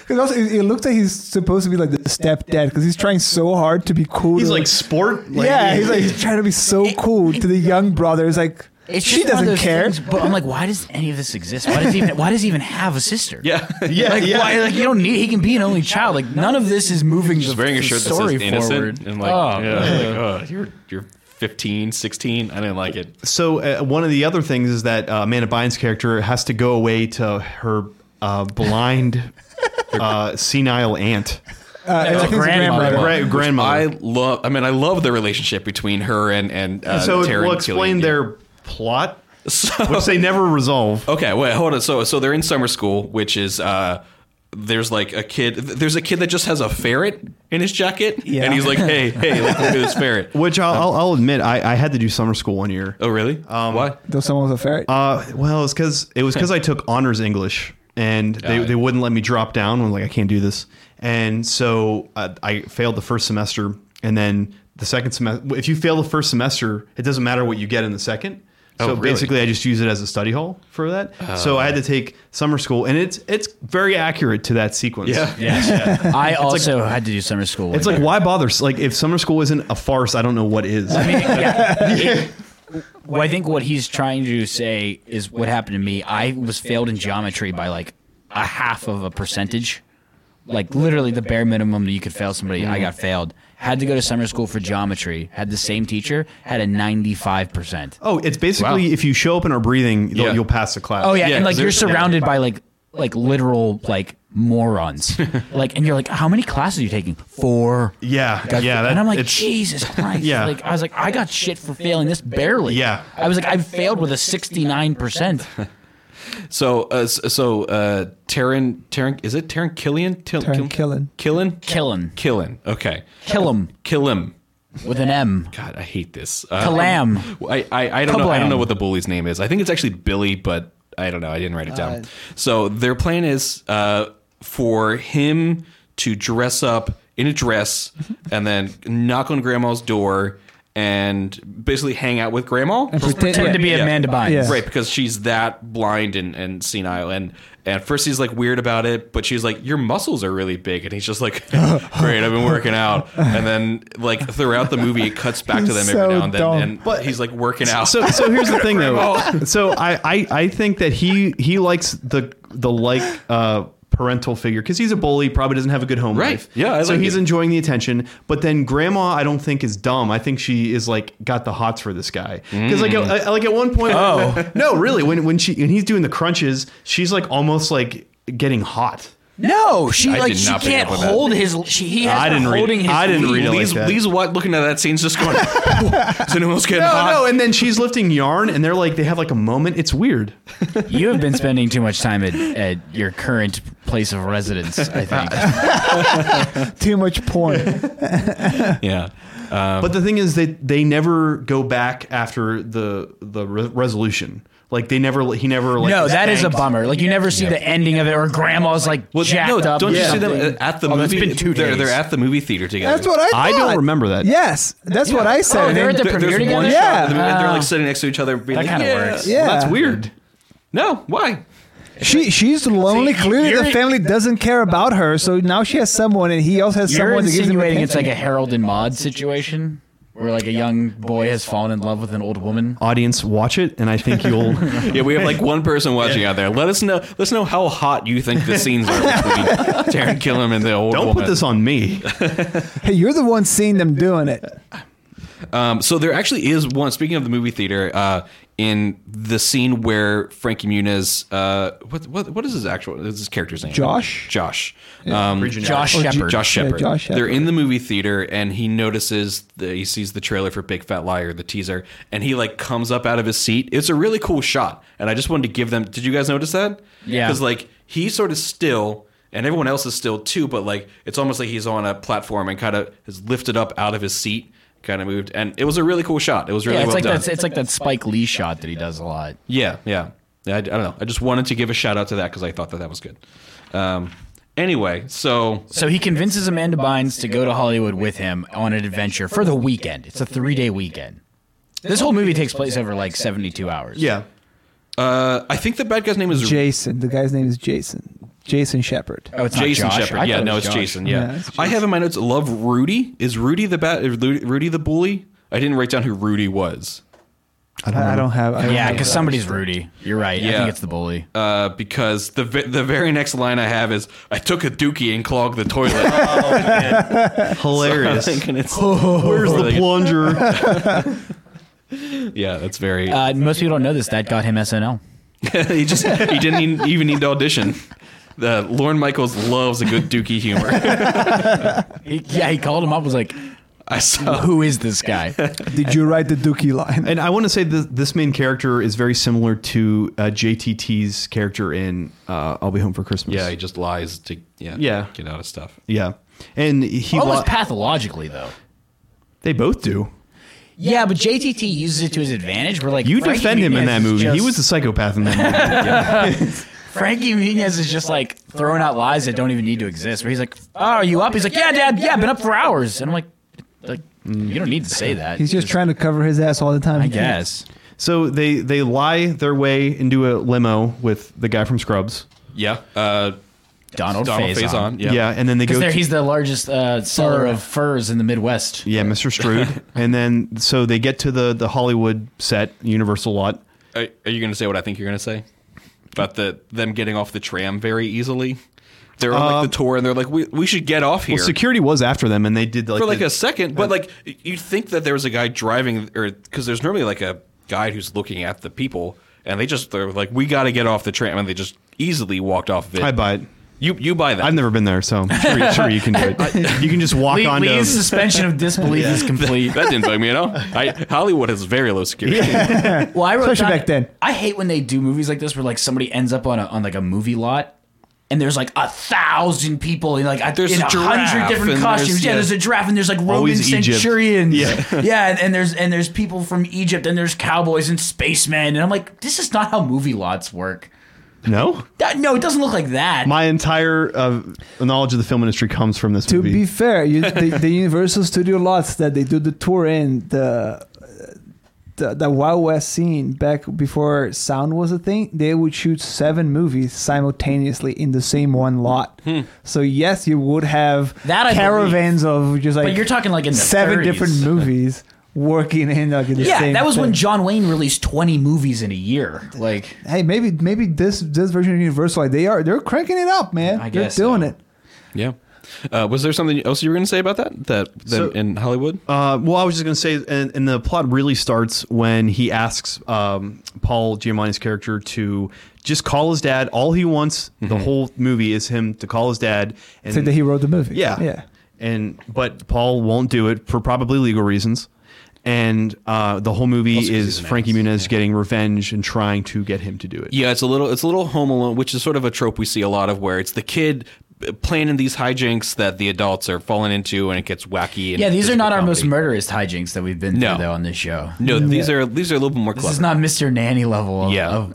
Speaker 2: Because also, it, it looks like he's supposed to be like the stepdad because he's trying so hard to be cool.
Speaker 4: he's
Speaker 2: to-
Speaker 4: like sport.
Speaker 2: yeah, he's like he's trying to be so cool to the young brother. It's like,
Speaker 3: It's
Speaker 2: She
Speaker 3: just one of
Speaker 2: doesn't
Speaker 3: those
Speaker 2: care.
Speaker 3: things, but I'm like, why does any of this exist? Why does he even why does he even have a sister?
Speaker 1: Yeah.
Speaker 4: Yeah,
Speaker 3: like,
Speaker 4: yeah.
Speaker 3: Why, like you don't need. He can be an only child. Like none of this is moving.
Speaker 1: Just
Speaker 3: the
Speaker 1: wearing a shirt that
Speaker 3: story
Speaker 1: says innocent
Speaker 3: forward.
Speaker 1: and like,
Speaker 3: Oh,
Speaker 1: yeah, like, oh, you're you're 15, 16. I didn't like it.
Speaker 4: So uh, one of the other things is that uh, Amanda Bynes' character has to go away to her uh, blind, (laughs) uh, senile aunt,
Speaker 2: Uh, I think it's a
Speaker 3: grandmother.
Speaker 2: grandmother.
Speaker 4: Gra-
Speaker 1: I
Speaker 4: grandmother.
Speaker 1: love. I mean, I love the relationship between her and and uh,
Speaker 4: so
Speaker 1: Taryn
Speaker 4: we'll
Speaker 1: Killian.
Speaker 4: explain their plot,
Speaker 1: (laughs) So-
Speaker 4: which
Speaker 1: (laughs)
Speaker 4: they never resolve.
Speaker 1: Okay, wait, hold on. So so they're in summer school, which is uh there's like a kid there's a kid that just has a ferret in his jacket
Speaker 2: Yeah.
Speaker 1: and he's like, "Hey, hey, look at this ferret."
Speaker 4: Which I'll, I'll, I'll admit, I, I had to do summer school one year.
Speaker 1: Oh, really? Why?
Speaker 2: Though someone was a ferret.
Speaker 4: Uh, well, it's because it was because I took honors English, and they,
Speaker 1: Got it.
Speaker 4: they wouldn't let me drop down. I was like, I can't do this, and so uh, I failed the first semester, and then the second semester. If you fail the first semester, it doesn't matter what you get in the second.
Speaker 1: Oh,
Speaker 4: So
Speaker 1: really? Oh.
Speaker 4: basically, I just use it as a study hall for that. so I had to take summer school, and it's it's very accurate to that sequence.
Speaker 1: Yeah.
Speaker 3: Oh, I also had to do summer school.
Speaker 4: It's like why bother? Like if summer school isn't a farce, I don't know what is.
Speaker 3: I mean, yeah. It- well, I think what he's trying to say is what happened to me. I was failed in geometry by like a half of a percentage. Like literally the bare minimum that you could fail somebody. I got failed. Had to go to summer school for geometry. Had the same teacher. Had a ninety-five percent.
Speaker 4: oh, it's basically
Speaker 1: Wow.
Speaker 4: if you show up and are breathing, you'll,
Speaker 1: Yeah.
Speaker 4: you'll pass the class.
Speaker 3: Oh yeah,
Speaker 1: Yeah,
Speaker 3: and like
Speaker 1: 'cause
Speaker 3: you're
Speaker 1: there's- yeah.
Speaker 3: surrounded by like like literal like
Speaker 1: (laughs)
Speaker 3: morons. like and you're like, how many classes are you taking? Four.
Speaker 4: yeah,
Speaker 3: Got-
Speaker 4: yeah.
Speaker 3: and I'm like,
Speaker 4: it's-
Speaker 1: (laughs)
Speaker 3: Jesus Christ.
Speaker 4: Yeah.
Speaker 3: Like, I was like, I got shit for failing this barely.
Speaker 4: Yeah.
Speaker 3: I was like, I failed with a 69%.
Speaker 1: So uh, s- so uh Taryn Taryn is it Taryn Killian? Til-
Speaker 2: Taryn Killen.
Speaker 1: Killian?
Speaker 3: Killing.
Speaker 1: Killian. Okay.
Speaker 3: Kill him
Speaker 1: Kill him.
Speaker 3: with an M.
Speaker 1: God, I hate this. Uh,
Speaker 3: Kalam.
Speaker 1: I, I, I don't know. I don't know
Speaker 3: Kablam.
Speaker 1: what the bully's name is. I think it's actually Billy, but I don't know. I didn't write it down.
Speaker 2: Uh,
Speaker 1: so their plan is uh, for him to dress up in a dress and then knock on Grandma's door and basically hang out with Grandma.
Speaker 3: Pretend to be
Speaker 1: Yeah.
Speaker 3: Amanda Bynes.
Speaker 2: Yeah.
Speaker 1: Right, because she's that blind and, and senile. And at first he's like weird about it, but she's like, Your muscles are really big. And he's just like, (laughs) Great, I've been working out. And then, like, throughout the movie, it cuts back to them
Speaker 2: He's
Speaker 1: every
Speaker 2: so
Speaker 1: now and then.
Speaker 2: dumb.
Speaker 1: And he's like working out. (laughs)
Speaker 4: So, so here's the thing, though. So I, I, I think that he he likes the the like uh, parental figure because he's a bully, probably doesn't have a good home
Speaker 1: Right.
Speaker 4: life.
Speaker 1: Yeah, I
Speaker 4: so
Speaker 1: like
Speaker 4: he's
Speaker 1: it.
Speaker 4: enjoying the attention, but then Grandma, I don't think is dumb. I think she is like got the hots for this guy because like
Speaker 1: Mm.
Speaker 4: at- like at one point, oh (laughs) no, really when when she when he's doing the crunches, she's like almost like getting hot.
Speaker 3: No, she
Speaker 1: I
Speaker 3: like
Speaker 1: did
Speaker 3: she
Speaker 1: not pick
Speaker 3: can't
Speaker 1: up on that.
Speaker 3: hold his. She, he has
Speaker 4: I
Speaker 3: her
Speaker 4: didn't read-
Speaker 3: holding his.
Speaker 4: I didn't
Speaker 3: lead.
Speaker 4: read it.
Speaker 1: Lee's,
Speaker 4: like that.
Speaker 1: Lee's what looking at that scene's
Speaker 2: (laughs)
Speaker 1: just going, Is anyone else getting
Speaker 4: No,
Speaker 1: hot?
Speaker 4: no, and then she's lifting yarn, and they're like they have like a moment. It's weird.
Speaker 3: You have been spending too much time at, at your current place of residence.
Speaker 1: (laughs)
Speaker 3: I think.
Speaker 2: Too much porn.
Speaker 1: Yeah.
Speaker 4: But the thing is that they never go back after the the re- resolution. Like they never, he never. Like,
Speaker 3: (laughs) no, that is a
Speaker 4: thanked-
Speaker 3: bummer. Like you never see the ending of it, or Grandma's like
Speaker 1: Well,
Speaker 3: jacked
Speaker 1: no,
Speaker 3: up.
Speaker 1: don't
Speaker 3: or
Speaker 1: you see
Speaker 3: something.
Speaker 1: them uh, at the
Speaker 3: Oh, that's
Speaker 1: movie?
Speaker 3: been two
Speaker 1: they're,
Speaker 3: days.
Speaker 1: they're at the movie theater together.
Speaker 2: That's what I thought.
Speaker 4: I don't remember that.
Speaker 2: Yes, that's what I said.
Speaker 3: Oh, they're at the
Speaker 1: There-
Speaker 3: premiere
Speaker 1: there's one
Speaker 3: together.
Speaker 1: shot
Speaker 2: Yeah.
Speaker 1: of them, and they're
Speaker 3: Ah.
Speaker 1: like sitting next to each other. Being
Speaker 3: That
Speaker 1: like,
Speaker 3: kinda
Speaker 1: yeah.
Speaker 3: works.
Speaker 2: yeah.
Speaker 4: Well, that's weird.
Speaker 1: No, why?
Speaker 2: She she's lonely.
Speaker 3: See,
Speaker 2: Clearly,
Speaker 3: you're-
Speaker 2: the family doesn't care about her. So now she has someone, and he also has
Speaker 3: You're
Speaker 2: someone that gives him
Speaker 3: insinuating it's like
Speaker 2: attention.
Speaker 3: a Harold and Maude situation, where like a young boy has fallen in love with an old woman.
Speaker 4: Audience, watch it, and I think you'll.
Speaker 1: Yeah, we have like one person watching out there. Let us know. Let us know how hot you think the scenes are between Taryn Killam and the old.
Speaker 4: don't put
Speaker 1: woman.
Speaker 4: this on me.
Speaker 2: hey, you're the one seeing them doing it.
Speaker 1: Um, so there actually is one. Speaking of the movie theater, uh, in the scene where Frankie Muniz, uh, what what what is his actual what is his character's name?
Speaker 2: Josh?
Speaker 1: Josh. Um,
Speaker 3: Josh
Speaker 2: Or G-
Speaker 3: Shepard.
Speaker 1: Josh
Speaker 2: Yeah,
Speaker 1: Shepard.
Speaker 2: Josh
Speaker 1: They're
Speaker 2: Shepard.
Speaker 1: in the movie theater, and he notices the, he sees the trailer for Big Fat Liar, the teaser, and he like comes up out of his seat. It's a really cool shot, and I just wanted to give them. Did you guys notice that?
Speaker 3: Yeah.
Speaker 1: because like he's sort of still, and everyone else is still too, but like it's almost like he's on a platform and kind of is lifted up out of his seat, kind of moved, and it was a really cool shot. It was really
Speaker 3: yeah, it's
Speaker 1: well
Speaker 3: like
Speaker 1: done.
Speaker 3: that. It's like that Spike Lee shot that he does a lot.
Speaker 1: Yeah, yeah. I, I don't know. I just wanted to give a shout out to that because I thought that that was good. Um, anyway, so
Speaker 3: So he convinces Amanda Bynes to go to Hollywood with him on an adventure for the weekend. It's a three-day weekend. This whole movie takes place over like seventy-two hours.
Speaker 4: Yeah,
Speaker 1: uh, I think the bad guy's name is
Speaker 2: Jason. The guy's name is Jason. Jason Shepard.
Speaker 3: Oh, it's
Speaker 1: Jason
Speaker 3: not Josh. I
Speaker 1: Shepard.
Speaker 3: thought
Speaker 1: Yeah,
Speaker 3: it
Speaker 1: no,
Speaker 3: was
Speaker 1: it's
Speaker 3: Josh.
Speaker 1: Jason. Yeah,
Speaker 2: Yeah, it's
Speaker 1: I have
Speaker 2: Jason.
Speaker 1: in my notes. Love Rudy. Is Rudy the bat? Rudy the bully? I didn't write down who Rudy was.
Speaker 2: I don't, I don't have. I don't
Speaker 3: Yeah,
Speaker 2: have
Speaker 3: because
Speaker 2: that.
Speaker 3: somebody's Rudy. You're right. I
Speaker 1: Yeah.
Speaker 3: think it's the bully.
Speaker 1: uh, because the ve- the very next line I have is I took a dookie and clogged the
Speaker 3: (laughs) Oh,
Speaker 1: toilet.
Speaker 4: Hilarious.
Speaker 1: Thinking it's- (laughs)
Speaker 4: Where's the plunger?
Speaker 1: yeah, that's very.
Speaker 3: Uh, most people don't know this. That got him SNL.
Speaker 1: (laughs) he just he didn't even- even need to audition. Uh, Lauren Michaels loves a good dookie humor. (laughs)
Speaker 3: He, yeah, he called him up. Was like,
Speaker 1: I saw
Speaker 3: "Who is this guy?"
Speaker 2: Did you write the
Speaker 3: (laughs)
Speaker 2: Dookie line?
Speaker 4: and I want to say this, this main character is very similar to uh, JTT's character in uh, I'll Be Home for Christmas.
Speaker 1: Yeah, he just lies to yeah,
Speaker 4: Yeah.
Speaker 1: get out of stuff.
Speaker 4: Yeah. And (laughs) he
Speaker 3: Almost
Speaker 4: li-
Speaker 3: pathologically though.
Speaker 4: they both do.
Speaker 3: Yeah, but JTT uses it to his advantage. We're like,
Speaker 4: You
Speaker 3: Frankie
Speaker 4: defend him in
Speaker 3: Muniz
Speaker 4: that
Speaker 3: is
Speaker 4: movie. he
Speaker 3: just-
Speaker 4: was a psychopath
Speaker 3: (laughs)
Speaker 4: in that movie.
Speaker 3: Frankie Muniz is just like throwing out lies that don't even need to exist. Where he's like, "Oh, are you up?" He's like, "Yeah, Dad. Yeah, been up for hours." And I'm like, "Like, you don't need to say that."
Speaker 2: He's just trying to cover his ass all the time.
Speaker 3: I
Speaker 2: He can't.
Speaker 3: guess.
Speaker 4: so they they lie their way into a limo with the guy from Scrubs.
Speaker 1: Yeah, uh,
Speaker 3: Donald,
Speaker 1: Donald
Speaker 3: Faison.
Speaker 1: Faison. Yeah.
Speaker 4: Yeah, and then they go
Speaker 3: Because there,
Speaker 4: to-
Speaker 3: he's the largest uh, seller
Speaker 2: Fur.
Speaker 3: of furs in the Midwest.
Speaker 4: Yeah,
Speaker 3: (laughs)
Speaker 4: Mr. Strood. and then so they get to the the Hollywood set, Universal lot.
Speaker 1: Are, are you going to say what I think you're going to say about the them getting off the tram very easily? They're on like the tour and they're like, we, we should get off here.
Speaker 4: Um, Well, security was after them, and they did like
Speaker 1: for like
Speaker 4: the-
Speaker 1: a second. But like you'd think that there was a guy driving, or because there's normally like a guy who's looking at the people, and they just they're like, "We got to get off the tram," and they just easily walked off of it.
Speaker 4: I buy it.
Speaker 1: you. You buy that.
Speaker 4: I've never been there, so I'm sure, sure you can do
Speaker 3: (laughs)
Speaker 4: it. You can just walk
Speaker 3: Lee,
Speaker 4: onto.
Speaker 3: Lee's suspension of
Speaker 1: (laughs)
Speaker 3: disbelief is complete.
Speaker 1: that didn't bug me at all. I, Hollywood has very low security.
Speaker 3: Well, I wrote
Speaker 2: Especially
Speaker 3: down-
Speaker 2: back then.
Speaker 3: I hate when they do movies like this where like somebody ends up on a on like a movie lot. And there's like a thousand people in like a,
Speaker 1: There's
Speaker 3: in
Speaker 1: a
Speaker 3: a
Speaker 1: giraffe
Speaker 3: hundred different
Speaker 1: and
Speaker 3: costumes.
Speaker 1: there's-
Speaker 3: yeah,
Speaker 1: yeah.
Speaker 3: there's a giraffe and there's like Roman
Speaker 4: Always Egypt.
Speaker 3: centurions. Yeah, (laughs) yeah, and, and there's and there's people from Egypt and there's cowboys and spacemen. And I'm like, this is not how movie lots work.
Speaker 4: no,
Speaker 3: That- no, it doesn't look like that.
Speaker 4: my entire uh, knowledge of the film industry comes from this
Speaker 2: To
Speaker 4: movie.
Speaker 2: be fair,
Speaker 3: (laughs)
Speaker 2: you, the, the Universal Studio lots that they do the tour in the. The, the Wild West scene back before sound was a thing, they would shoot seven movies simultaneously in the same one lot. So yes, you would have
Speaker 3: Hmm. That I
Speaker 2: caravans of just like
Speaker 3: But you're talking like in the
Speaker 2: seven
Speaker 3: 30s.
Speaker 2: different movies working in like in the
Speaker 3: yeah,
Speaker 2: same.
Speaker 3: that was when
Speaker 2: thing.
Speaker 3: John Wayne released 20 movies in a year. Like,
Speaker 2: hey, maybe maybe this this version of Universal, like they are they're cranking it up, man.
Speaker 3: I
Speaker 2: they're
Speaker 3: guess
Speaker 2: doing
Speaker 3: so.
Speaker 2: it.
Speaker 1: yeah. Uh, was there something else you were going to say about that? That, that
Speaker 4: So-
Speaker 1: in Hollywood?
Speaker 4: Uh, well, I was just going to say, and, and the plot really starts when he asks um, Paul Giamatti's character to just call his dad. All he wants the whole movie is him to call his dad
Speaker 2: Mm-hmm.
Speaker 4: and
Speaker 2: Say that he wrote the movie.
Speaker 4: Yeah.
Speaker 2: yeah.
Speaker 4: And but Paul won't do it for probably legal reasons. And uh, the whole movie
Speaker 1: Also 'cause
Speaker 4: is
Speaker 1: he's an
Speaker 4: Frankie
Speaker 1: ass.
Speaker 4: Muniz getting revenge and trying to get him to do it.
Speaker 1: Yeah, it's a little it's a little Home Alone, which is sort of a trope we see a lot of, where it's the kid planning these hijinks that the adults are falling into, and it gets wacky. And
Speaker 3: yeah, these are
Speaker 1: physical
Speaker 3: not our most
Speaker 1: comedy.
Speaker 3: murderous hijinks that we've been
Speaker 1: No.
Speaker 3: through, though, on this show.
Speaker 1: No, these are these are a little bit more
Speaker 3: This is
Speaker 1: clever.
Speaker 3: not Mr. Nanny level of,
Speaker 1: Yeah.
Speaker 3: of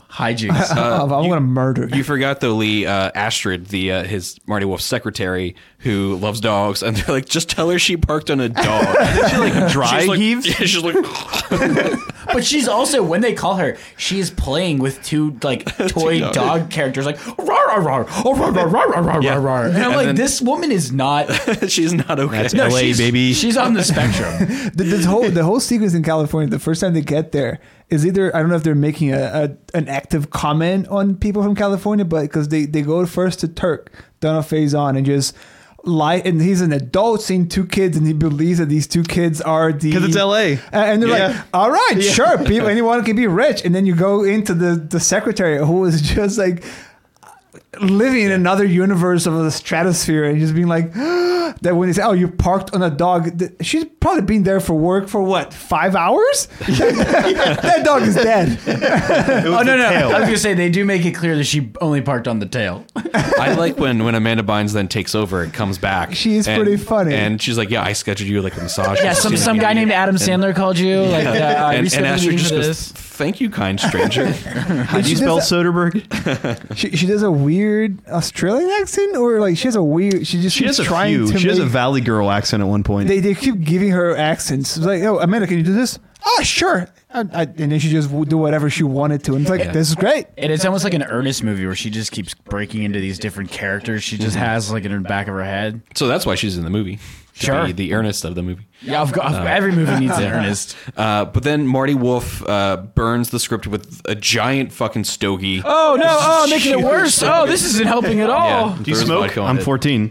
Speaker 1: (laughs)
Speaker 3: hijinks.
Speaker 2: I'm gonna Oh, murder
Speaker 1: you forgot though, Lee uh, Astrid, the uh, his Marty Wolf secretary who loves dogs, and (laughs) they're like, just tell her she parked on a
Speaker 3: (laughs)
Speaker 1: dog. she like
Speaker 4: dry
Speaker 1: she's like,
Speaker 4: heaves?
Speaker 1: Yeah, she's like,
Speaker 3: but she's also, when they call her, she is playing with two like
Speaker 1: (laughs)
Speaker 3: toy
Speaker 1: dogs.
Speaker 3: dog characters, like rar rar rar, oh, rar rar rar rar rar
Speaker 1: Yeah.
Speaker 3: rar rar. And I'm
Speaker 1: And
Speaker 3: like,
Speaker 1: then-
Speaker 3: this woman is
Speaker 1: (laughs)
Speaker 3: not.
Speaker 1: (laughs) she's not okay.
Speaker 4: That's LA,
Speaker 3: she's,
Speaker 4: baby.
Speaker 3: She's on the spectrum.
Speaker 2: the, this whole the whole sequence in California. The first time they get there is either I don't know if they're making a, a an active comment on people from California, but because they they go first to Turk Donald Faison and just lie, and he's an adult seeing two kids, and he believes that these two kids are the
Speaker 4: 'Cause it's LA.
Speaker 2: A- and they're
Speaker 4: Yeah.
Speaker 2: like, all right,
Speaker 4: Yeah.
Speaker 2: sure, people, anyone can be rich, and then you go into the the secretary who is (laughs) just like living in another universe of the stratosphere and just being like (gasps) that when they say oh you parked on a dog th- she's probably been there for work for what five
Speaker 4: (laughs)
Speaker 2: hours (laughs) that dog is dead
Speaker 3: oh no no! I was gonna say they do make it clear that she only parked on the tail.
Speaker 1: (laughs) I like when when Amanda Bynes then takes over and comes back.
Speaker 2: She is
Speaker 1: and-
Speaker 2: pretty funny.
Speaker 1: and she's like, "Yeah, I scheduled you like a massage."
Speaker 3: Yeah, some some guy named Adam Sandler called you. Like, uh,
Speaker 1: and, and Astrid
Speaker 3: rescheduled meeting
Speaker 1: just
Speaker 3: for
Speaker 1: goes,
Speaker 3: this.
Speaker 1: "Thank you, kind stranger."
Speaker 4: How do
Speaker 2: she
Speaker 4: you
Speaker 2: does
Speaker 4: spell
Speaker 2: that-
Speaker 4: Soderbergh?
Speaker 2: she, she does a weird Australian accent or like she has a weird she just
Speaker 4: She
Speaker 2: keeps
Speaker 4: has a
Speaker 2: trying
Speaker 4: few.
Speaker 2: to
Speaker 4: She has a
Speaker 2: make-
Speaker 4: Valley Girl accent at one point.
Speaker 2: they, they keep giving her accents It's like oh Amanda can you do this oh sure, and, I, and then she just would do whatever she wanted to, and it's like this is great.
Speaker 3: And it's almost like an earnest movie where she just keeps breaking into these different characters she just
Speaker 1: Mm-hmm.
Speaker 3: has like in the back of her head.
Speaker 1: So that's why she's in the movie. To
Speaker 3: Sure.
Speaker 1: be the earnest of the movie.
Speaker 3: Yeah, I've got, every movie needs an earnest.
Speaker 1: Uh, but then Marty Wolf uh, burns the script with a giant fucking stogie.
Speaker 3: Oh no! Oh, making it worse. Oh, this isn't helping at all.
Speaker 1: Yeah.
Speaker 4: Do you
Speaker 1: Throws
Speaker 4: smoke?
Speaker 1: vodka on
Speaker 4: I'm
Speaker 1: it.
Speaker 4: 14.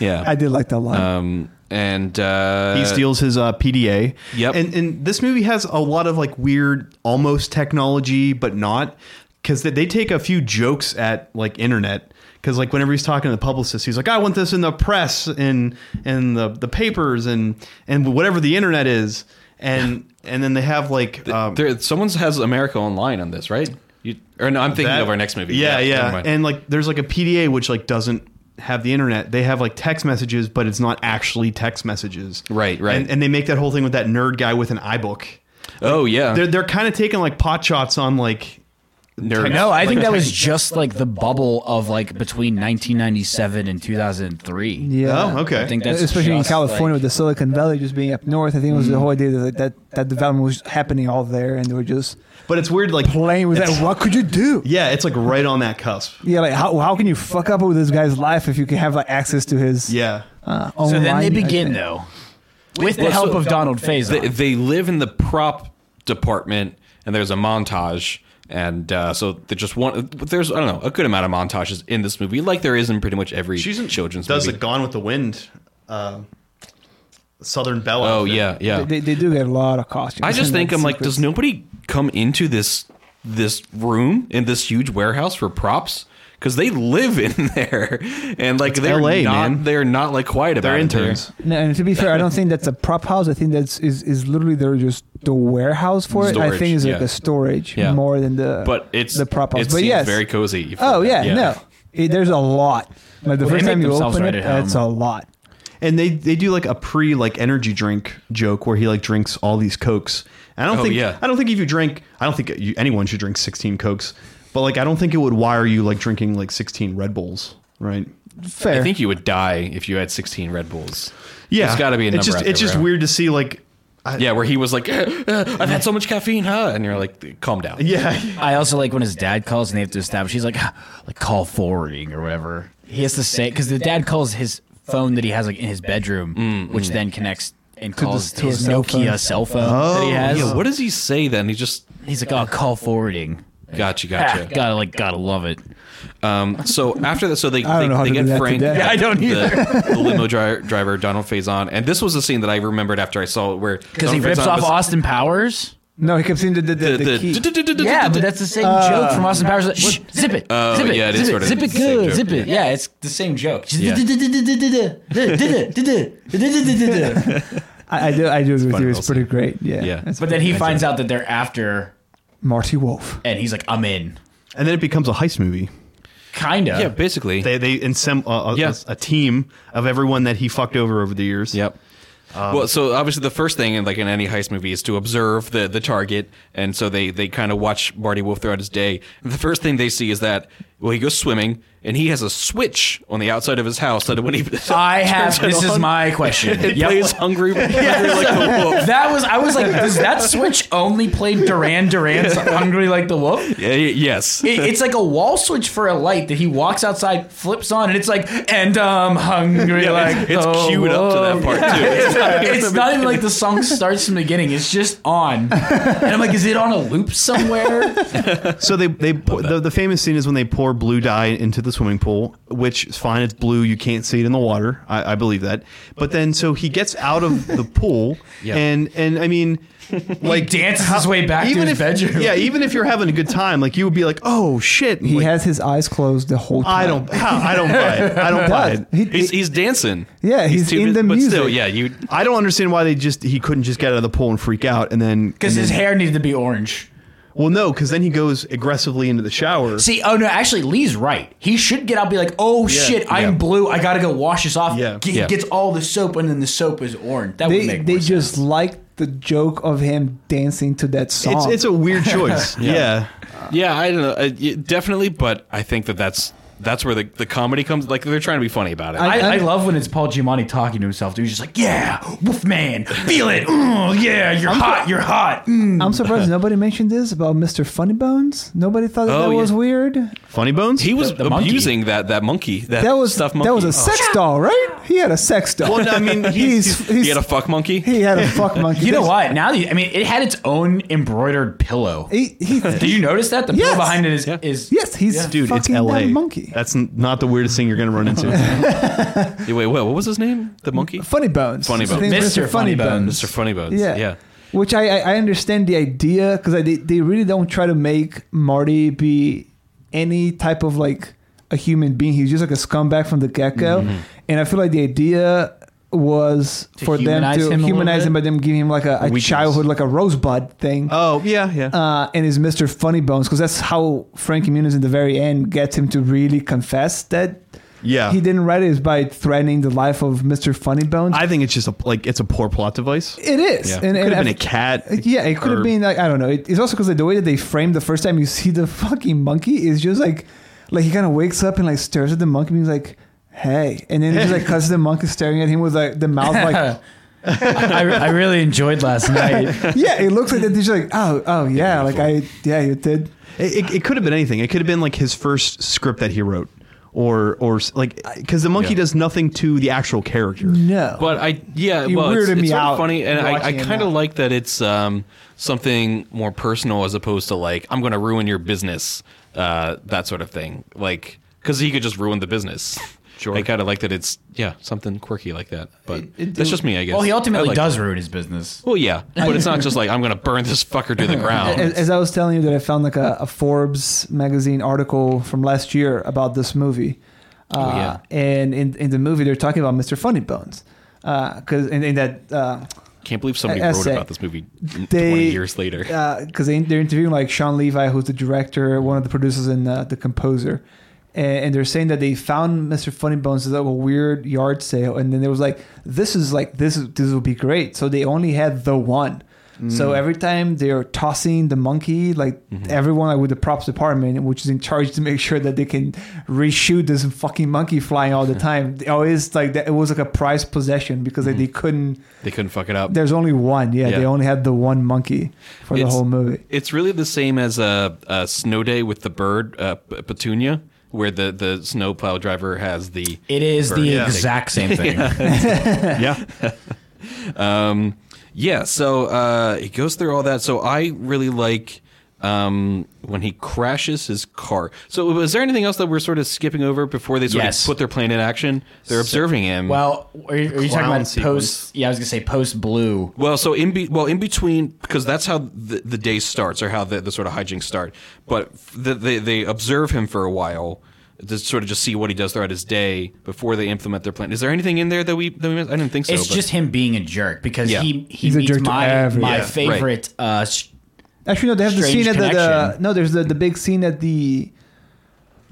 Speaker 1: yeah.
Speaker 2: I did like that line.
Speaker 1: um, and uh,
Speaker 4: He steals his uh, PDA.
Speaker 1: Yep.
Speaker 4: And and this movie has a lot of like weird, almost technology, but not because they, they take a few jokes at like internet. Because like whenever he's talking to the publicist, he's like, "I want this in the press and and the the papers and and whatever the internet is." And and then they have like um,
Speaker 1: there, someone's has America Online on this, right? You, or no, I'm thinking
Speaker 4: that-
Speaker 1: of our next movie.
Speaker 4: Yeah,
Speaker 1: never
Speaker 4: yeah.
Speaker 1: mind.
Speaker 4: And like there's like a PDA which like doesn't have the internet. They have like text messages, but it's not actually text messages.
Speaker 1: Right, right.
Speaker 4: And, and they make that whole thing with that nerd guy with an iBook.
Speaker 1: oh yeah,
Speaker 4: They're they're kind of taking like pot shots on like
Speaker 1: Nerds.
Speaker 3: No, I think that was just like the bubble of like between 1997 and 2003.
Speaker 2: yeah.
Speaker 4: oh okay.
Speaker 3: I think that's
Speaker 2: especially in
Speaker 3: just,
Speaker 2: California
Speaker 3: like-
Speaker 2: with the Silicon Valley just being up north. I think it
Speaker 1: Mm.
Speaker 2: was the whole idea that that, that development was happening all there, and they were just
Speaker 4: but it's weird like
Speaker 2: playing with that. What could you do?
Speaker 4: yeah, it's like right on that cusp.
Speaker 2: Yeah, like how, how can you fuck up with this guy's life if you can have like access to his
Speaker 4: Yeah.
Speaker 2: uh,
Speaker 3: so then they
Speaker 2: online-
Speaker 3: begin though, with the help of Donald Faison.
Speaker 1: they, they live in the prop department, and there's a montage, and uh, so they just want. There's I don't know a good amount of montages in this movie, like there is in pretty much every children's
Speaker 4: does
Speaker 1: movie.
Speaker 4: the Gone with the Wind uh, Southern Belle.
Speaker 1: oh
Speaker 4: outfit.
Speaker 1: yeah, yeah.
Speaker 2: They, they, they do get a lot of costumes.
Speaker 1: I just
Speaker 2: and,
Speaker 1: think I'm like,
Speaker 2: secrets.
Speaker 1: does nobody come into this this room in this huge warehouse for props? Because they live in (laughs) there, and like they're
Speaker 4: LA,
Speaker 1: not,
Speaker 4: man.
Speaker 1: they're not like quiet about
Speaker 4: They're
Speaker 1: it.
Speaker 4: interns.
Speaker 2: No, and to be fair, I don't think that's a prop house. I think that's is, is literally they're just the warehouse for it. I
Speaker 1: Storage,
Speaker 2: think it's like
Speaker 1: yeah.
Speaker 2: a storage
Speaker 1: Yeah.
Speaker 2: more than the
Speaker 1: But it's
Speaker 2: the prop house.
Speaker 1: It
Speaker 2: but
Speaker 1: seems
Speaker 2: yes,
Speaker 1: very cozy.
Speaker 2: oh yeah, no, It- there's a lot. Like the
Speaker 3: Well, they
Speaker 2: first
Speaker 3: make
Speaker 2: time you
Speaker 3: themselves
Speaker 2: open
Speaker 3: right
Speaker 2: it,
Speaker 3: at home.
Speaker 2: it's a lot.
Speaker 4: and they they do like a pre like energy drink joke where he like drinks all these cokes. And I don't
Speaker 1: Oh,
Speaker 4: think
Speaker 1: yeah.
Speaker 4: I don't think if you drink I don't think you, anyone should drink 16 cokes, but like I don't think it would wire you like drinking like 16 Red Bulls, right?
Speaker 2: Fair.
Speaker 1: I think you would die if you had 16 Red Bulls.
Speaker 4: Yeah,
Speaker 1: There's gotta be a number
Speaker 4: It's just
Speaker 1: out there,
Speaker 4: it's just
Speaker 1: bro.
Speaker 4: weird to see like I,
Speaker 1: Yeah, where he was like, (laughs) "Eh, eh, I've had so much caffeine, huh? And you're like, calm down.
Speaker 4: yeah.
Speaker 3: I also like when his dad calls and they have to establish. He's like, (sighs) like call forwarding or whatever. He has to say because the dad calls his phone that he has like in his bedroom, which then connects and calls
Speaker 2: to
Speaker 3: his
Speaker 2: a cell
Speaker 3: Nokia
Speaker 2: phone.
Speaker 3: cell phone that he has.
Speaker 1: Yeah, what does he say then? He just,
Speaker 3: He's like, oh, call forwarding.
Speaker 1: gotcha, (laughs)
Speaker 3: Ah,
Speaker 1: gotcha.
Speaker 3: gotta like gotta love it.
Speaker 1: Um, so after that, so they
Speaker 2: I don't
Speaker 1: they,
Speaker 2: know how
Speaker 1: they
Speaker 2: to do
Speaker 1: get
Speaker 2: that
Speaker 1: Frank,
Speaker 2: today. Yeah,
Speaker 3: I
Speaker 1: (laughs)
Speaker 3: don't
Speaker 1: the, the limo dri- driver Donald Faison, and this was a scene that I remembered after I saw it, where
Speaker 3: Because he rips off Austin Powers.
Speaker 2: no, he kept seeing the the, the,
Speaker 1: the,
Speaker 2: the key.
Speaker 1: the
Speaker 3: Yeah, but that's the same joke
Speaker 1: Uh,
Speaker 3: from Austin Powers. Like, Shh, zip it,
Speaker 1: Oh,
Speaker 3: zip it,
Speaker 1: yeah, it
Speaker 3: zip
Speaker 1: is
Speaker 3: it,
Speaker 1: sort of
Speaker 3: zip
Speaker 1: the
Speaker 3: it,
Speaker 1: same
Speaker 3: good,
Speaker 1: joke.
Speaker 3: zip it. Yeah, it's the same joke.
Speaker 1: Yeah. (laughs)
Speaker 2: I, I do I do agree with you. It's
Speaker 1: Wilson.
Speaker 2: pretty great. Yeah.
Speaker 1: Yeah.
Speaker 2: That's-
Speaker 3: But then he finds out that they're after,
Speaker 2: Marty Wolf.
Speaker 3: and he's like, I'm in.
Speaker 4: And then it becomes a heist movie.
Speaker 3: Kinda.
Speaker 1: yeah, basically.
Speaker 4: They they insem- uh, a,
Speaker 1: Yeah.
Speaker 4: a, a team of everyone that he fucked over over the years.
Speaker 1: Yep.
Speaker 2: Um,
Speaker 1: well, so obviously the first thing, in like in any heist movie, is to observe the the target, and so they they kind of watch Marty Wolf throughout his day. And the first thing they see is that well, he goes swimming, and he has a switch on the outside of his house that when he (laughs)
Speaker 3: I have.
Speaker 1: turns it
Speaker 3: This is
Speaker 1: on,
Speaker 3: my question.
Speaker 1: (laughs) it
Speaker 3: Yep. (laughs)
Speaker 1: plays hungry, hungry like a wolf.
Speaker 3: That was. I was like, does that switch only play Duran Duran's "Hungry Like the Wolf"?
Speaker 1: Yeah, y- yes.
Speaker 3: It- it's like a wall switch for a light that he walks outside, flips on, and it's like, and I'm hungry like
Speaker 1: it's
Speaker 3: the
Speaker 1: queued up to that
Speaker 3: wolf."
Speaker 1: part, too.
Speaker 3: (laughs) it's, not, it's not
Speaker 1: (laughs)
Speaker 3: even like the song starts from the beginning; it's just on. And I'm like, is it on a loop somewhere?
Speaker 4: So they they pour, the, the famous scene is when they pour blue dye into the swimming pool, which is fine. It's blue. You can't see it in the water. I, I believe that. But then so he gets out of the
Speaker 3: (laughs)
Speaker 4: pool,
Speaker 1: Yeah.
Speaker 4: and and I mean, like
Speaker 3: dances his way back to
Speaker 4: even
Speaker 3: his
Speaker 4: if,
Speaker 3: bedroom.
Speaker 4: Yeah, even if you're having a good time, like you would be like, oh shit,
Speaker 2: He
Speaker 4: like,
Speaker 2: has his eyes closed the whole time.
Speaker 4: I don't how-
Speaker 2: (laughs)
Speaker 4: I don't buy it. I don't buy
Speaker 2: God,
Speaker 4: it.
Speaker 2: he,
Speaker 1: He's,
Speaker 2: he-
Speaker 1: he's dancing.
Speaker 2: yeah, he's,
Speaker 1: too
Speaker 2: in
Speaker 1: busy,
Speaker 2: the
Speaker 1: but
Speaker 2: music.
Speaker 1: still, yeah, you.
Speaker 4: I don't understand why they just he couldn't just get out of the pool and freak out and then
Speaker 3: Because
Speaker 4: and
Speaker 3: his
Speaker 4: then-
Speaker 3: hair needed to be orange.
Speaker 4: well no because then he goes aggressively into the shower.
Speaker 3: See, oh no, actually, Lee's right. He should get out, and be like, oh shit,
Speaker 1: yeah.
Speaker 3: I'm blue. I gotta go wash this off.
Speaker 4: Yeah.
Speaker 3: G-
Speaker 1: Yeah.
Speaker 3: Gets all the soap, and then the soap is orange. That would
Speaker 2: They
Speaker 3: make
Speaker 2: they
Speaker 3: more sense.
Speaker 2: just like the joke of him dancing to that song.
Speaker 4: (laughs) It's, it's a weird choice. yeah.
Speaker 1: Yeah, I don't know. Uh, y- definitely, but I think that that's that's where the, the comedy comes. Like they're trying to be funny about it.
Speaker 2: I-
Speaker 3: I, I,
Speaker 2: I-
Speaker 3: love when it's Paul Giamatti talking to himself. Dude, he's just like, "Yeah, Wolfman, feel it. Mm, yeah, you're hot. You're hot." Mm.
Speaker 2: I'm surprised nobody mentioned this about Mr. Funny Bones. Nobody thought that,
Speaker 1: Oh,
Speaker 2: that
Speaker 1: yeah.
Speaker 2: was weird.
Speaker 4: Funny bones.
Speaker 1: he was
Speaker 3: the monkey.
Speaker 1: abusing that that monkey. That,
Speaker 2: That was
Speaker 1: stuff. Monkey.
Speaker 2: that was a sex doll, right? He had a sex doll.
Speaker 4: Well, no, I
Speaker 2: (laughs)
Speaker 4: mean, he's-
Speaker 2: he's,
Speaker 1: He had a fuck monkey.
Speaker 2: he had a fuck monkey.
Speaker 3: You know what? Now, that you, I mean, it had its own embroidered pillow.
Speaker 2: He,
Speaker 1: (laughs)
Speaker 2: he,
Speaker 3: Did you notice that the
Speaker 2: Yes.
Speaker 3: pillow behind it is
Speaker 1: Yeah.
Speaker 3: is
Speaker 2: yes, he's
Speaker 3: Yeah.
Speaker 4: Dude, it's
Speaker 2: fucking
Speaker 4: LA.
Speaker 2: that monkey.
Speaker 1: Uh,
Speaker 4: That's n- not the weirdest thing you're going to
Speaker 2: (laughs)
Speaker 4: run into.
Speaker 1: Yeah, Wait, what, what was his name? The monkey?
Speaker 2: Funny Bones.
Speaker 1: Funny
Speaker 2: His
Speaker 1: Bones.
Speaker 2: name's
Speaker 3: Mr. Funny Bones.
Speaker 1: Mr. Mm, Funny Bones.
Speaker 2: Yeah.
Speaker 1: yeah.
Speaker 2: Which I, I I understand the idea because they, they really don't try to make Marty be any type of like a human being. He's just like a scumbag from the get go.
Speaker 1: Mm-hmm.
Speaker 2: And I feel like the idea was
Speaker 3: To
Speaker 2: for them
Speaker 3: humanize
Speaker 2: to
Speaker 3: him a little
Speaker 2: humanize him by
Speaker 3: bit?
Speaker 2: them giving him like a, a
Speaker 4: Weakness.
Speaker 2: childhood, like a rosebud thing.
Speaker 4: oh yeah, yeah.
Speaker 2: uh, and his Mr. Funny Bones because that's how Frankie Muniz in the very end gets him to really confess that
Speaker 4: Yeah.
Speaker 2: he didn't write it is by threatening the life of Mr. Funny Bones.
Speaker 4: I think it's just a like it's a poor plot device.
Speaker 2: it is,
Speaker 1: Yeah.
Speaker 2: and,
Speaker 4: Could
Speaker 2: and
Speaker 4: have been
Speaker 2: I-
Speaker 4: a cat.
Speaker 2: Yeah, it could
Speaker 4: or-
Speaker 2: have been like I don't know. It, it's also because the way that they framed the first time you see the (laughs) fucking monkey is just like, like he kind of wakes up and like stares at the monkey and he's like, "Hey," and then he's
Speaker 4: (laughs)
Speaker 2: like, cuts the monkey staring at him with like the mouth like,
Speaker 3: (laughs) I, I really enjoyed (laughs) last night.
Speaker 2: "Yeah." It looks like that. He's like, "Oh, oh yeah," like I, yeah, you did.
Speaker 4: It, it, it could have been anything. It could have been like his first script that he wrote, or or s- like because the monkey
Speaker 1: Yeah.
Speaker 4: does nothing to the actual character.
Speaker 2: No,
Speaker 1: But I, yeah,
Speaker 2: You
Speaker 1: well, it's,
Speaker 2: weirded
Speaker 1: it's
Speaker 2: me
Speaker 1: sort of
Speaker 2: out
Speaker 1: funny, and I, I
Speaker 2: watching it
Speaker 1: kind
Speaker 2: now.
Speaker 1: of like that it's um, something more personal as opposed to like I'm going to ruin your business, uh, that sort of thing. Like because he could just ruin the (laughs) business.
Speaker 4: Sure.
Speaker 1: I kind of like that it's yeah something quirky like that, but
Speaker 2: it
Speaker 1: that's
Speaker 2: do-
Speaker 1: just me, I guess.
Speaker 3: well, he ultimately
Speaker 1: I like
Speaker 3: does ruin his business.
Speaker 1: it. Well, yeah, but it's not just like I'm going to burn this fucker
Speaker 2: (laughs)
Speaker 1: to the ground.
Speaker 2: As, as I was telling you that I found like a, a Forbes magazine article from last year about this movie, uh, and in, in the movie they're talking about Mr. Funny Bones, because in, in that uh,
Speaker 1: Can't believe somebody
Speaker 2: I- I
Speaker 1: wrote
Speaker 2: say,
Speaker 1: about this movie
Speaker 2: they- uh,
Speaker 1: 20 years later.
Speaker 2: because they, they're interviewing like Sean Levi, who's the director, one of the producers, and uh, the composer. And, and they're saying that they found Mr. Funny Bones at a weird yard sale, and then there was like, this is like this is, this will be great. So they only had the one. So every time they're tossing the monkey, like everyone like, with the props department, which is in charge to make sure that they can reshoot this fucking monkey flying all the time. They always like that. It was like a prized possession because like, they couldn't.
Speaker 1: They couldn't fuck it up.
Speaker 2: There's only one. Yeah,
Speaker 1: Yeah.
Speaker 2: they only had the one monkey for the
Speaker 1: It's-
Speaker 2: whole movie.
Speaker 1: It's really the same as a, a snow day with the bird uh, P- petunia, where the the snow plow driver has the.
Speaker 3: It is the
Speaker 1: Burn, yeah.
Speaker 3: exact same (laughs) thing.
Speaker 4: yeah,
Speaker 1: Um, yeah, so uh, it goes through all that. So I really like um, when he crashes his car. So was there anything else that we're sort of skipping over before they sort
Speaker 3: Yes.
Speaker 1: of put their plan in action? They're observing him.
Speaker 3: Well, are you, are you talking
Speaker 4: clown
Speaker 3: about
Speaker 4: sequence.
Speaker 3: post? Yeah, I was gonna say post blue.
Speaker 1: Well, so in be- well in between because that's how the, the day starts or how the, the sort of hijinks start. But f- the, they they observe him for a while to sort of just see what he does throughout his day before they implement their plan. Is there anything in there that we that we missed? I didn't think so.
Speaker 3: It's
Speaker 1: but-
Speaker 3: just him being a jerk because
Speaker 1: Yeah.
Speaker 3: he he
Speaker 2: He's a
Speaker 3: meets
Speaker 2: jerk to
Speaker 3: my
Speaker 2: everyone.
Speaker 3: my
Speaker 2: Yeah, right.
Speaker 3: favorite. Uh, sh-
Speaker 2: Actually, no. They have the
Speaker 3: strange
Speaker 2: scene at the, the
Speaker 3: connection.
Speaker 2: no. There's the, the big scene at the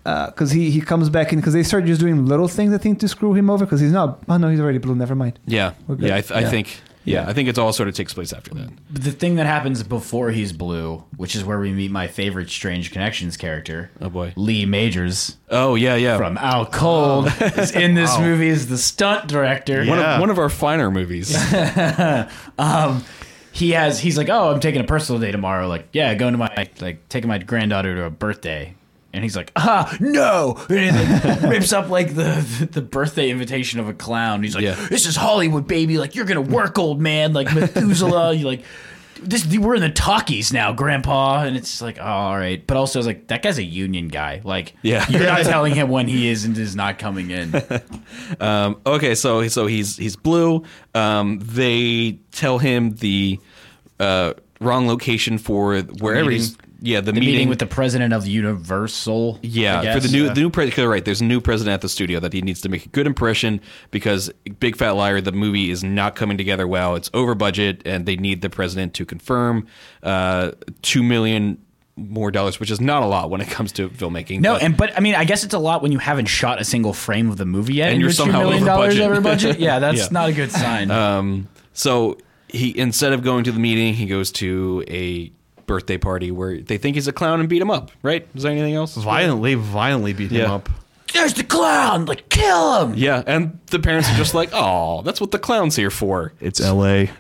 Speaker 2: because he he comes back in because they start just doing little things I think to screw him over because he's not. Oh no, he's already blue. Never mind.
Speaker 1: yeah
Speaker 2: We're good.
Speaker 1: yeah I, th- I
Speaker 2: Yeah.
Speaker 1: think yeah I think it's all sort of takes place after that.
Speaker 3: the thing that happens before he's blue, which is where we meet my favorite strange connections character.
Speaker 1: Oh, boy.
Speaker 3: Lee Majors
Speaker 1: Oh yeah yeah.
Speaker 3: from Out Cold is in this movie as the stunt director.
Speaker 1: one,
Speaker 4: Yeah.
Speaker 1: of, one of our finer movies.
Speaker 3: Um, he has he's like, oh, I'm taking a personal day tomorrow. Like, yeah, going to my like taking my granddaughter to a birthday. And he's like, ah, no! And he like, (laughs) rips up like the the birthday invitation of a clown. He's like,
Speaker 1: Yeah.
Speaker 3: this is Hollywood, baby. Like, you're gonna work, old man. Like
Speaker 1: (laughs)
Speaker 3: Methuselah. you like, this we're in the talkies now, Grandpa. And it's like, oh, all right. But also, I was like, that guy's a union guy. Like,
Speaker 1: Yeah.
Speaker 3: you're not telling him when he is and is not coming in.
Speaker 1: Um, okay, so so he's he's blue. Um, they tell him the uh, wrong location for wherever he's yeah the,
Speaker 3: Meeting, with the president of Universal. I
Speaker 1: yeah for the
Speaker 3: guess.
Speaker 1: new the new president. Right, there's a new president at the studio that he needs to make a good impression because Big Fat Liar the movie is not coming together well. It's over budget and they need the president to confirm uh, two million more dollars, which is not a lot when it comes to filmmaking.
Speaker 3: No,
Speaker 1: but-
Speaker 3: and but I mean, I guess it's a lot when you haven't shot a single frame of the movie yet,
Speaker 1: And you're somehow
Speaker 3: $2 million
Speaker 1: over budget. (laughs)
Speaker 3: over budget. Yeah, that's
Speaker 1: Yeah.
Speaker 3: not a good sign.
Speaker 1: Um, so he instead of going to the meeting, he goes to a birthday party where they think he's a clown and beat him up. Right? Is there anything else?
Speaker 4: violently, violently beat him
Speaker 1: Yeah.
Speaker 4: up.
Speaker 3: there's the clown. Like, kill him.
Speaker 1: Yeah, and the parents are just like, (laughs) "Oh, that's what the clown's here for."
Speaker 4: It's L.A.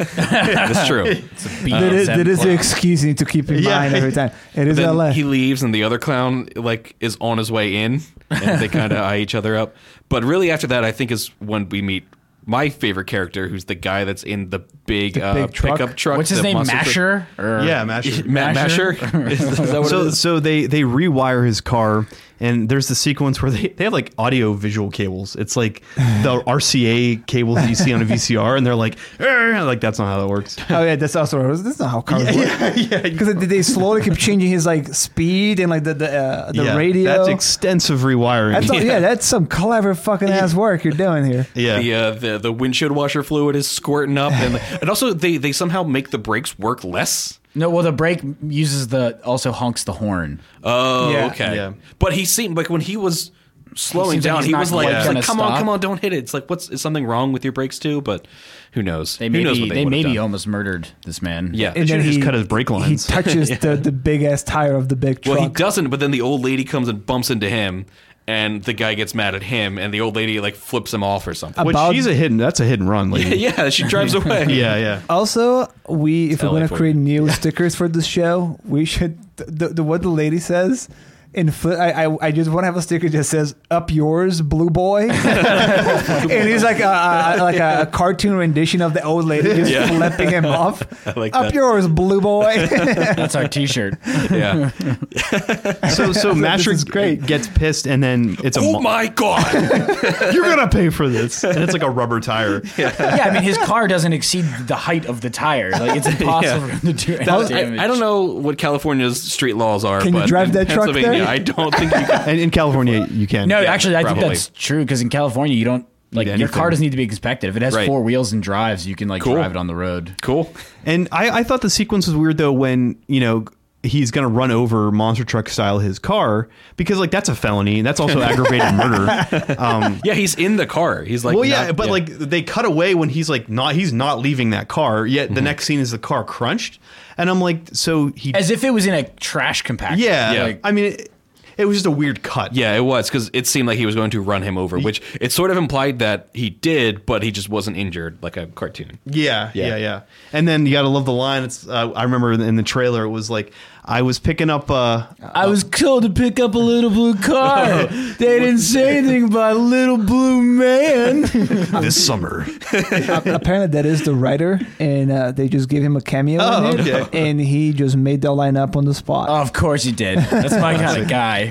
Speaker 1: That's (laughs) true.
Speaker 3: Oh,
Speaker 2: that is, that is the excuse you need to keep in
Speaker 4: Yeah.
Speaker 2: mind every time. It is LA.
Speaker 1: then he leaves, and the other clown like is on his way in, and they kind of eye each other up. But really, after that, I think is when we meet my favorite character, who's the guy that's in the big, uh,
Speaker 2: big truck?
Speaker 1: pickup truck.
Speaker 3: What's his
Speaker 1: the
Speaker 3: name?
Speaker 1: monster truck.
Speaker 3: Masher? Or
Speaker 4: yeah, Masher.
Speaker 1: Ma- Masher.
Speaker 3: Masher? (laughs)
Speaker 1: Is that what it
Speaker 4: so
Speaker 1: is?
Speaker 4: so they they rewire his car and there's the sequence where they, they have like audio visual cables it's like the rca cables that you see on a vcr and they're like "Arr!" like that's not how that works
Speaker 2: oh yeah, that's also that's not how cars work. Because they, they slowly keep changing his like speed and like the the, uh, the
Speaker 4: Yeah,
Speaker 2: radio.
Speaker 4: that's extensive rewiring
Speaker 2: That's
Speaker 4: (laughs)
Speaker 2: all- yeah. that's some clever fucking ass work you're doing here.
Speaker 4: yeah
Speaker 1: The, uh, the the windshield washer fluid is squirting up, and and also they they somehow make the brakes work less.
Speaker 3: No, well, the break uses the also honks the horn.
Speaker 1: Oh,
Speaker 2: Yeah.
Speaker 1: okay.
Speaker 4: Yeah.
Speaker 1: But he seemed like when he was slowing
Speaker 3: Seems like
Speaker 1: down,
Speaker 3: he's
Speaker 1: he
Speaker 3: not
Speaker 1: was like,
Speaker 3: quite
Speaker 1: he's like,
Speaker 3: gonna
Speaker 1: "Come on,
Speaker 3: stop."
Speaker 1: come on, don't hit it." It's like, what's is something wrong with your brakes too? But who knows?
Speaker 3: They
Speaker 1: who knows
Speaker 3: maybe
Speaker 1: what
Speaker 3: they,
Speaker 1: they, would have
Speaker 3: maybe
Speaker 1: done.
Speaker 3: almost murdered this man.
Speaker 1: Yeah.
Speaker 4: They should've just cut his brake
Speaker 2: He
Speaker 4: lines. (laughs)
Speaker 2: touches the, the big ass tire of the big truck.
Speaker 1: Well, he doesn't, but then the old lady comes and bumps into him, and the guy gets mad at him, and the old lady like flips him off or something.
Speaker 4: which
Speaker 2: About-
Speaker 4: she's a hidden that's a hit and run lady
Speaker 1: (laughs) yeah, she drives away.
Speaker 4: yeah yeah
Speaker 2: (laughs) Also, we if
Speaker 1: LA
Speaker 2: we're gonna
Speaker 1: for you.
Speaker 2: create new stickers for this show, we should the, the what the lady says. In fl- I, I I just want to have a sticker that says "Up yours, blue
Speaker 4: (laughs)
Speaker 2: boy," and it's like a, a like a, cartoon rendition of the old lady just
Speaker 1: Yeah.
Speaker 2: flipping
Speaker 4: (laughs)
Speaker 2: him off.
Speaker 1: like
Speaker 2: Up
Speaker 1: that.
Speaker 2: yours, blue boy.
Speaker 3: (laughs) that's
Speaker 1: (laughs)
Speaker 3: our T-shirt.
Speaker 1: yeah.
Speaker 4: so so masher
Speaker 2: is great.
Speaker 4: gets pissed and then it's a
Speaker 1: oh
Speaker 4: mo-
Speaker 1: my god!
Speaker 4: (laughs) you're gonna pay for this and it's like a rubber tire
Speaker 3: yeah, I mean his car doesn't exceed the height of the tire.
Speaker 1: (laughs)
Speaker 3: Like it's impossible for him to do any
Speaker 1: That was- I,
Speaker 3: damage.
Speaker 1: I don't know what California's street laws are.
Speaker 2: Can you
Speaker 1: but
Speaker 2: drive
Speaker 1: in
Speaker 2: that truck
Speaker 1: Pennsylvania,
Speaker 2: there?
Speaker 1: I don't think you
Speaker 4: (laughs)
Speaker 1: can.
Speaker 4: and in california you can
Speaker 3: No,
Speaker 1: Yeah,
Speaker 3: actually, I
Speaker 1: probably.
Speaker 3: think that's true because in California you don't like your
Speaker 4: anything.
Speaker 3: car doesn't need to be inspected. If it has
Speaker 1: Right.
Speaker 3: four wheels and drives, you can like
Speaker 1: Cool.
Speaker 3: drive it on the road.
Speaker 1: Cool.
Speaker 4: And I, I thought the sequence was weird though when you know he's gonna run over monster truck style his car because like that's a felony and that's also aggravated (laughs) murder. Um,
Speaker 1: Yeah, he's in the car. He's like,
Speaker 4: well, yeah,
Speaker 1: not-
Speaker 4: but like they cut away when he's like not he's not leaving that car yet. The next scene is the car crunched, and I'm like, so he
Speaker 3: As if it was in a trash compactor.
Speaker 4: yeah.
Speaker 1: Yeah.
Speaker 3: Like,
Speaker 4: I mean, it, it was just a weird cut.
Speaker 1: Yeah, it was because it seemed like he was going to run him over, which it sort of implied that he did, but he just wasn't injured, like a cartoon.
Speaker 4: Yeah,
Speaker 1: Yeah.
Speaker 4: yeah, yeah, And then you gotta love the line. It's uh, I remember in the trailer it was like I was picking up uh,
Speaker 3: (laughs) I was told to pick up a little blue car. they didn't say anything about little blue man.
Speaker 4: (laughs) this summer.
Speaker 2: Apparently, that is the writer, and uh, they just gave him a cameo,
Speaker 4: Oh,
Speaker 2: in it,
Speaker 4: okay.
Speaker 2: and he just made that line up on the spot.
Speaker 3: of course you did. That's my kind
Speaker 1: (laughs)
Speaker 3: of guy.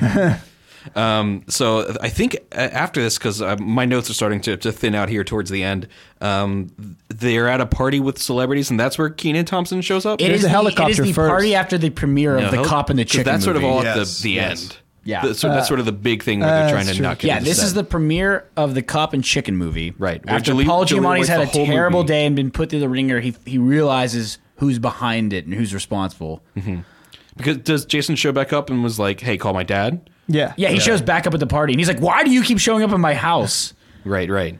Speaker 1: Mm, So I think uh, after this, because uh, my notes are starting to, to thin out here towards the end, um, they're at a party with celebrities, and that's where Keenan Thompson shows up.
Speaker 3: It
Speaker 2: There's
Speaker 3: is
Speaker 2: a
Speaker 3: the-
Speaker 2: helicopter
Speaker 3: It is the
Speaker 2: first.
Speaker 3: party after the premiere
Speaker 1: No,
Speaker 3: of the
Speaker 1: hell-
Speaker 3: cop and the
Speaker 1: 'cause
Speaker 3: chicken.
Speaker 1: That's sort of
Speaker 3: movie.
Speaker 1: all
Speaker 4: Yes,
Speaker 1: at the, the
Speaker 4: yes.
Speaker 1: end.
Speaker 3: Yeah.
Speaker 1: The- so that's sort of the big thing where
Speaker 2: uh,
Speaker 1: they're trying
Speaker 2: that's
Speaker 1: to
Speaker 2: true.
Speaker 1: knock it.
Speaker 3: Yeah,
Speaker 1: to
Speaker 3: this is
Speaker 1: set.
Speaker 3: the premiere of the Cop and Chicken movie.
Speaker 1: Right, where
Speaker 3: After
Speaker 1: Jaleel-
Speaker 3: Paul
Speaker 1: Jaleel
Speaker 3: Giamatti's
Speaker 1: White's
Speaker 3: had
Speaker 1: the
Speaker 3: a
Speaker 1: whole
Speaker 3: terrible
Speaker 1: movie.
Speaker 3: day and been put through the ringer, he he realizes who's behind it and
Speaker 1: (laughs)
Speaker 3: who's responsible.
Speaker 1: because does Jason show back up and was like, "Hey, call my dad."
Speaker 2: yeah,
Speaker 3: Yeah, he shows back up at the party and he's like, "Why do you keep showing up at
Speaker 1: (laughs)
Speaker 3: my house?"
Speaker 1: Right, right.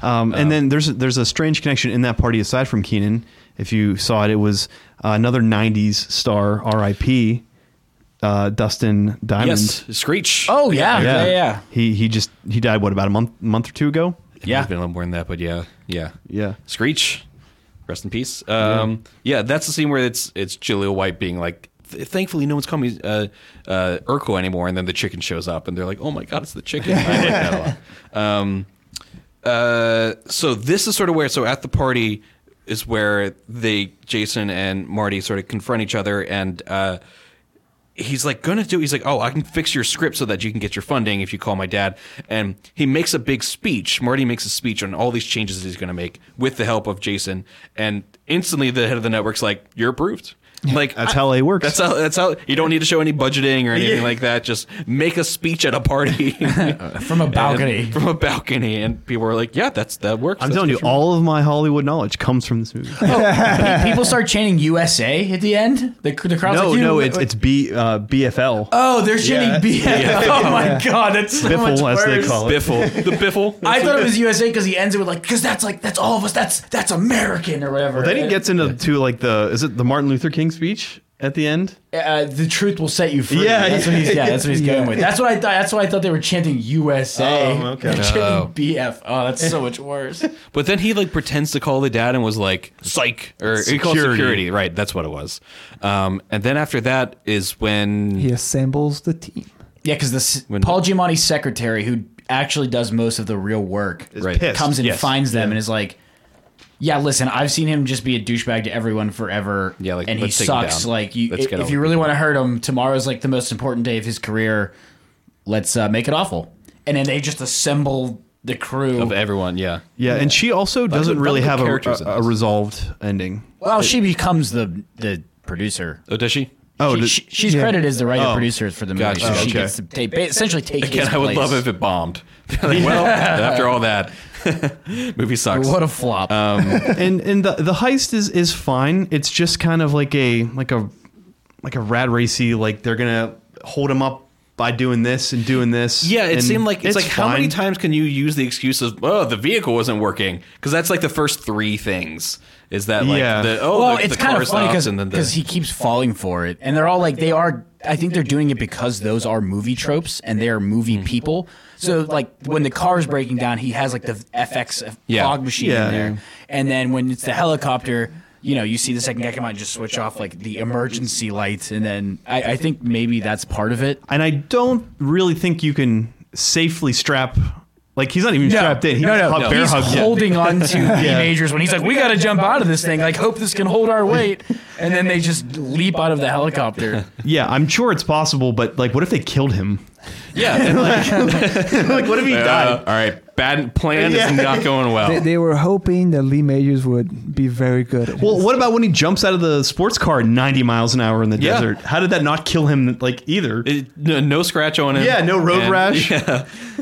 Speaker 4: Um, and then there's there's a strange connection in that party aside from Keenan. If you saw it, it was uh, another '90s star, R.I.P. Uh, Dustin Diamond.
Speaker 1: Yes, Screech.
Speaker 3: Oh
Speaker 4: Ah,
Speaker 3: yeah, yeah, yeah. yeah.
Speaker 4: He he just he died. What about a month month or two ago?
Speaker 1: yeah.
Speaker 3: Yeah.
Speaker 1: It's been a little more than that, but yeah, yeah,
Speaker 4: Yeah.
Speaker 1: Screech, rest in peace. Um, yeah. that's the scene where it's it's Jaleel White being like, "Th- thankfully no one's calling me uh, uh, Urkel anymore, and then the chicken shows up, and they're like, oh my god, it's the chicken. I like that a lot. Um, uh, so this is sort of where so at the party is where they Jason and Marty sort of confront each other and. Uh, he's like gonna do he's like oh i can fix your script so that you can get your funding if you call my dad and he makes a big speech marty makes a speech on all these changes that he's gonna make with the help of jason and instantly the head of the network's like you're approved like
Speaker 4: That's how LA works.
Speaker 1: that's how that's how you don't need to show any budgeting or anything like that just make a speech at a
Speaker 4: (laughs)
Speaker 1: party
Speaker 3: From a balcony.
Speaker 1: And- from a balcony and people are like yeah that's that works
Speaker 4: I'm
Speaker 1: That's
Speaker 4: telling you,
Speaker 1: what
Speaker 4: all of my Hollywood knowledge comes from this movie.
Speaker 3: Pe- People
Speaker 4: (laughs)
Speaker 3: start chanting USA at the end. The, the crowd's
Speaker 4: no,
Speaker 3: like,
Speaker 4: no,
Speaker 3: "You-
Speaker 4: it's it's B uh, BFL.
Speaker 3: oh, they're chanting
Speaker 4: (laughs) Yeah.
Speaker 3: BFL. (laughs) Oh my god, that's so
Speaker 4: Biffle,
Speaker 3: much
Speaker 4: as they
Speaker 3: worse.
Speaker 4: call it.
Speaker 1: biffle the
Speaker 4: (laughs)
Speaker 1: biffle
Speaker 3: I thought it was USA because he ends it with like, because that's like that's all of us. That's that's American or whatever.
Speaker 4: then he gets into to like the is it the Martin Luther King speech? at the end?
Speaker 3: Uh, the truth will set you free.
Speaker 4: Yeah,
Speaker 3: that's what he's. Yeah, that's what he's going with. That's what I thought. That's why I thought they were chanting USA.
Speaker 4: Oh, okay.
Speaker 3: They're chanting
Speaker 1: Oh.
Speaker 3: BF. Oh, that's so much worse.
Speaker 1: But then he like pretends to call the dad and was like psych or he called
Speaker 4: Security.
Speaker 1: security, right? That's what it was. Um, and then after that is when
Speaker 2: He assembles the team.
Speaker 3: yeah, because this
Speaker 1: When-
Speaker 3: Paul Giamatti's secretary, who actually does most of the real work,
Speaker 4: Is
Speaker 1: Right.
Speaker 4: pissed.
Speaker 3: comes and
Speaker 4: Yes.
Speaker 3: finds them and is like, "Yeah, listen, I've seen him just be a douchebag to everyone forever.
Speaker 1: Yeah, like,
Speaker 3: and he
Speaker 1: let's take him
Speaker 3: sucks.
Speaker 1: down.
Speaker 3: Like, you,
Speaker 1: Let's get
Speaker 3: if
Speaker 1: over
Speaker 3: you
Speaker 1: it."
Speaker 3: really want to hurt him, tomorrow's like the most important day of his career. Let's uh, make it awful." And then they just assemble the crew
Speaker 1: of everyone, yeah.
Speaker 4: Yeah, and she also doesn't
Speaker 1: what-
Speaker 4: really
Speaker 1: that's
Speaker 4: have
Speaker 1: what
Speaker 4: a,
Speaker 1: characters
Speaker 4: a,
Speaker 1: in
Speaker 4: a
Speaker 1: this.
Speaker 4: resolved ending.
Speaker 3: Well, she becomes the the producer.
Speaker 1: Oh, does she?
Speaker 4: Oh,
Speaker 3: she,
Speaker 4: did-
Speaker 3: she- she's credited as the writer producer for the movie.
Speaker 1: Gotcha.
Speaker 3: So
Speaker 1: Oh,
Speaker 3: she
Speaker 4: okay.
Speaker 3: gets to take, ba- essentially
Speaker 1: (laughs)
Speaker 3: take
Speaker 1: Again,
Speaker 3: his
Speaker 1: I would
Speaker 3: place.
Speaker 1: love if it bombed. (laughs) Like, well, after all that, (laughs) movie sucks.
Speaker 3: What a flop.
Speaker 1: Um,
Speaker 4: and and the the heist is is fine. It's just kind of like a like a like a rad racy. Like they're gonna hold him up by doing this and doing this.
Speaker 1: Yeah, it
Speaker 4: and
Speaker 1: seemed like it's, like how many
Speaker 4: fine.
Speaker 1: times can you use the excuse of oh the vehicle wasn't working because that's like the first three things is that like
Speaker 4: Yeah.
Speaker 1: the oh
Speaker 3: well,
Speaker 1: the,
Speaker 3: it's
Speaker 1: the
Speaker 3: kind
Speaker 1: car
Speaker 3: of funny
Speaker 1: stops
Speaker 3: because
Speaker 1: and then the,
Speaker 3: he keeps falling for it, and they're all like they are. I think they're doing it because those are movie tropes and they are movie
Speaker 1: Mm-hmm.
Speaker 3: people. So like when the car's breaking down, he has like the FX
Speaker 1: Yeah.
Speaker 3: fog machine
Speaker 4: Yeah.
Speaker 3: in there, and then when it's the helicopter. You know, you see the second guy come out and just switch off like the emergency lights, and then I, I think maybe that's part of it.
Speaker 4: And I don't really think you can safely strap. Like he's not even strapped in. He
Speaker 3: no, no,
Speaker 4: hot
Speaker 3: no.
Speaker 4: bear
Speaker 3: he's
Speaker 4: hugs him.
Speaker 3: holding on to
Speaker 4: (laughs)
Speaker 3: teenagers when he's like, "We got to jump out of this thing. Like, hope this can hold our weight." And then they just leap out of the
Speaker 1: (laughs)
Speaker 3: helicopter.
Speaker 4: Yeah, I'm sure it's possible, but like, what if they killed him?
Speaker 1: yeah and like,
Speaker 4: like, what if
Speaker 1: (laughs)
Speaker 4: he
Speaker 1: uh, all right bad plan
Speaker 4: Yeah.
Speaker 1: is not going well
Speaker 2: They, they were hoping that Lee Majors would be very good. At
Speaker 4: Well,
Speaker 2: his-
Speaker 4: what about when he jumps out of the sports car at 90 miles an hour in the
Speaker 1: Yeah.
Speaker 4: desert? How did that not kill him? Like either.
Speaker 1: It- no, no scratch on him
Speaker 4: yeah, no road
Speaker 1: And-
Speaker 4: rash.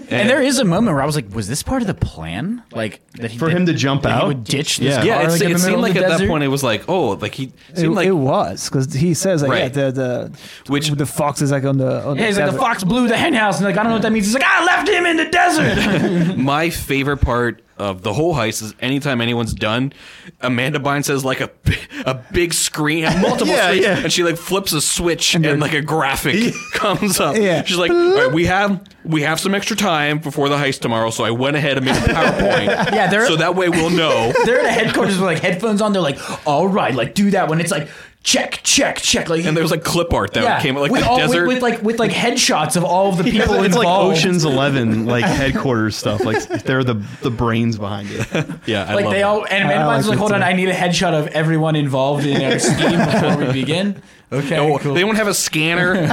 Speaker 3: And there is a moment where I was like, "Was this part of the plan? Like that he,
Speaker 4: For him to jump
Speaker 3: that
Speaker 4: out?
Speaker 3: He would ditch this
Speaker 4: Yeah.
Speaker 3: car,
Speaker 1: yeah it's-
Speaker 3: like, in
Speaker 1: it
Speaker 3: the
Speaker 1: seemed
Speaker 3: middle
Speaker 1: like
Speaker 3: of
Speaker 1: at
Speaker 3: the
Speaker 1: that
Speaker 3: desert?
Speaker 1: point it was like oh like he
Speaker 2: it,
Speaker 1: seemed like
Speaker 2: it was because he says like
Speaker 1: Right.
Speaker 2: yeah, the the
Speaker 1: Which-
Speaker 2: the fox is like on the on
Speaker 3: Yeah, he's like,
Speaker 2: desert."
Speaker 3: "The fox blew the hen house," and like, I don't know what that means. He's like, "I left him in the desert." (laughs)
Speaker 1: my favorite part of the whole heist is anytime anyone's done, Amanda Bynes says like a (laughs) bi- a big screen, multiple
Speaker 4: Yeah,
Speaker 1: screens,
Speaker 4: yeah.
Speaker 1: and she like flips a switch and, like a graphic (laughs) comes up.
Speaker 2: Yeah.
Speaker 1: She's like, All right, we have we have some extra time before the heist tomorrow, so I went ahead and made a PowerPoint.
Speaker 3: (laughs) Yeah, there-
Speaker 1: so that way we'll know.
Speaker 3: They're at a headquarters with like headphones on. They're like, "All right, like do that one." It's like, check, check, check. Like,
Speaker 1: And there was like clip art that
Speaker 3: yeah,
Speaker 1: came like
Speaker 3: with
Speaker 1: the
Speaker 3: all,
Speaker 1: desert.
Speaker 3: with, with like with like headshots of all
Speaker 1: (laughs)
Speaker 3: of the people
Speaker 4: it's like
Speaker 3: involved.
Speaker 4: Ocean's Eleven, like headquarters stuff. Like they're the the brains behind it.
Speaker 1: yeah, I
Speaker 3: like
Speaker 1: love
Speaker 3: they
Speaker 1: that.
Speaker 3: all and
Speaker 2: I- I
Speaker 3: Amanda
Speaker 2: like
Speaker 3: Bynes was like,
Speaker 2: it
Speaker 3: hold on,
Speaker 2: too.
Speaker 3: I need a headshot of everyone involved in
Speaker 1: (laughs)
Speaker 3: our scheme before we begin. Okay,
Speaker 1: No,
Speaker 3: cool.
Speaker 1: They don't have a scanner.
Speaker 3: (laughs)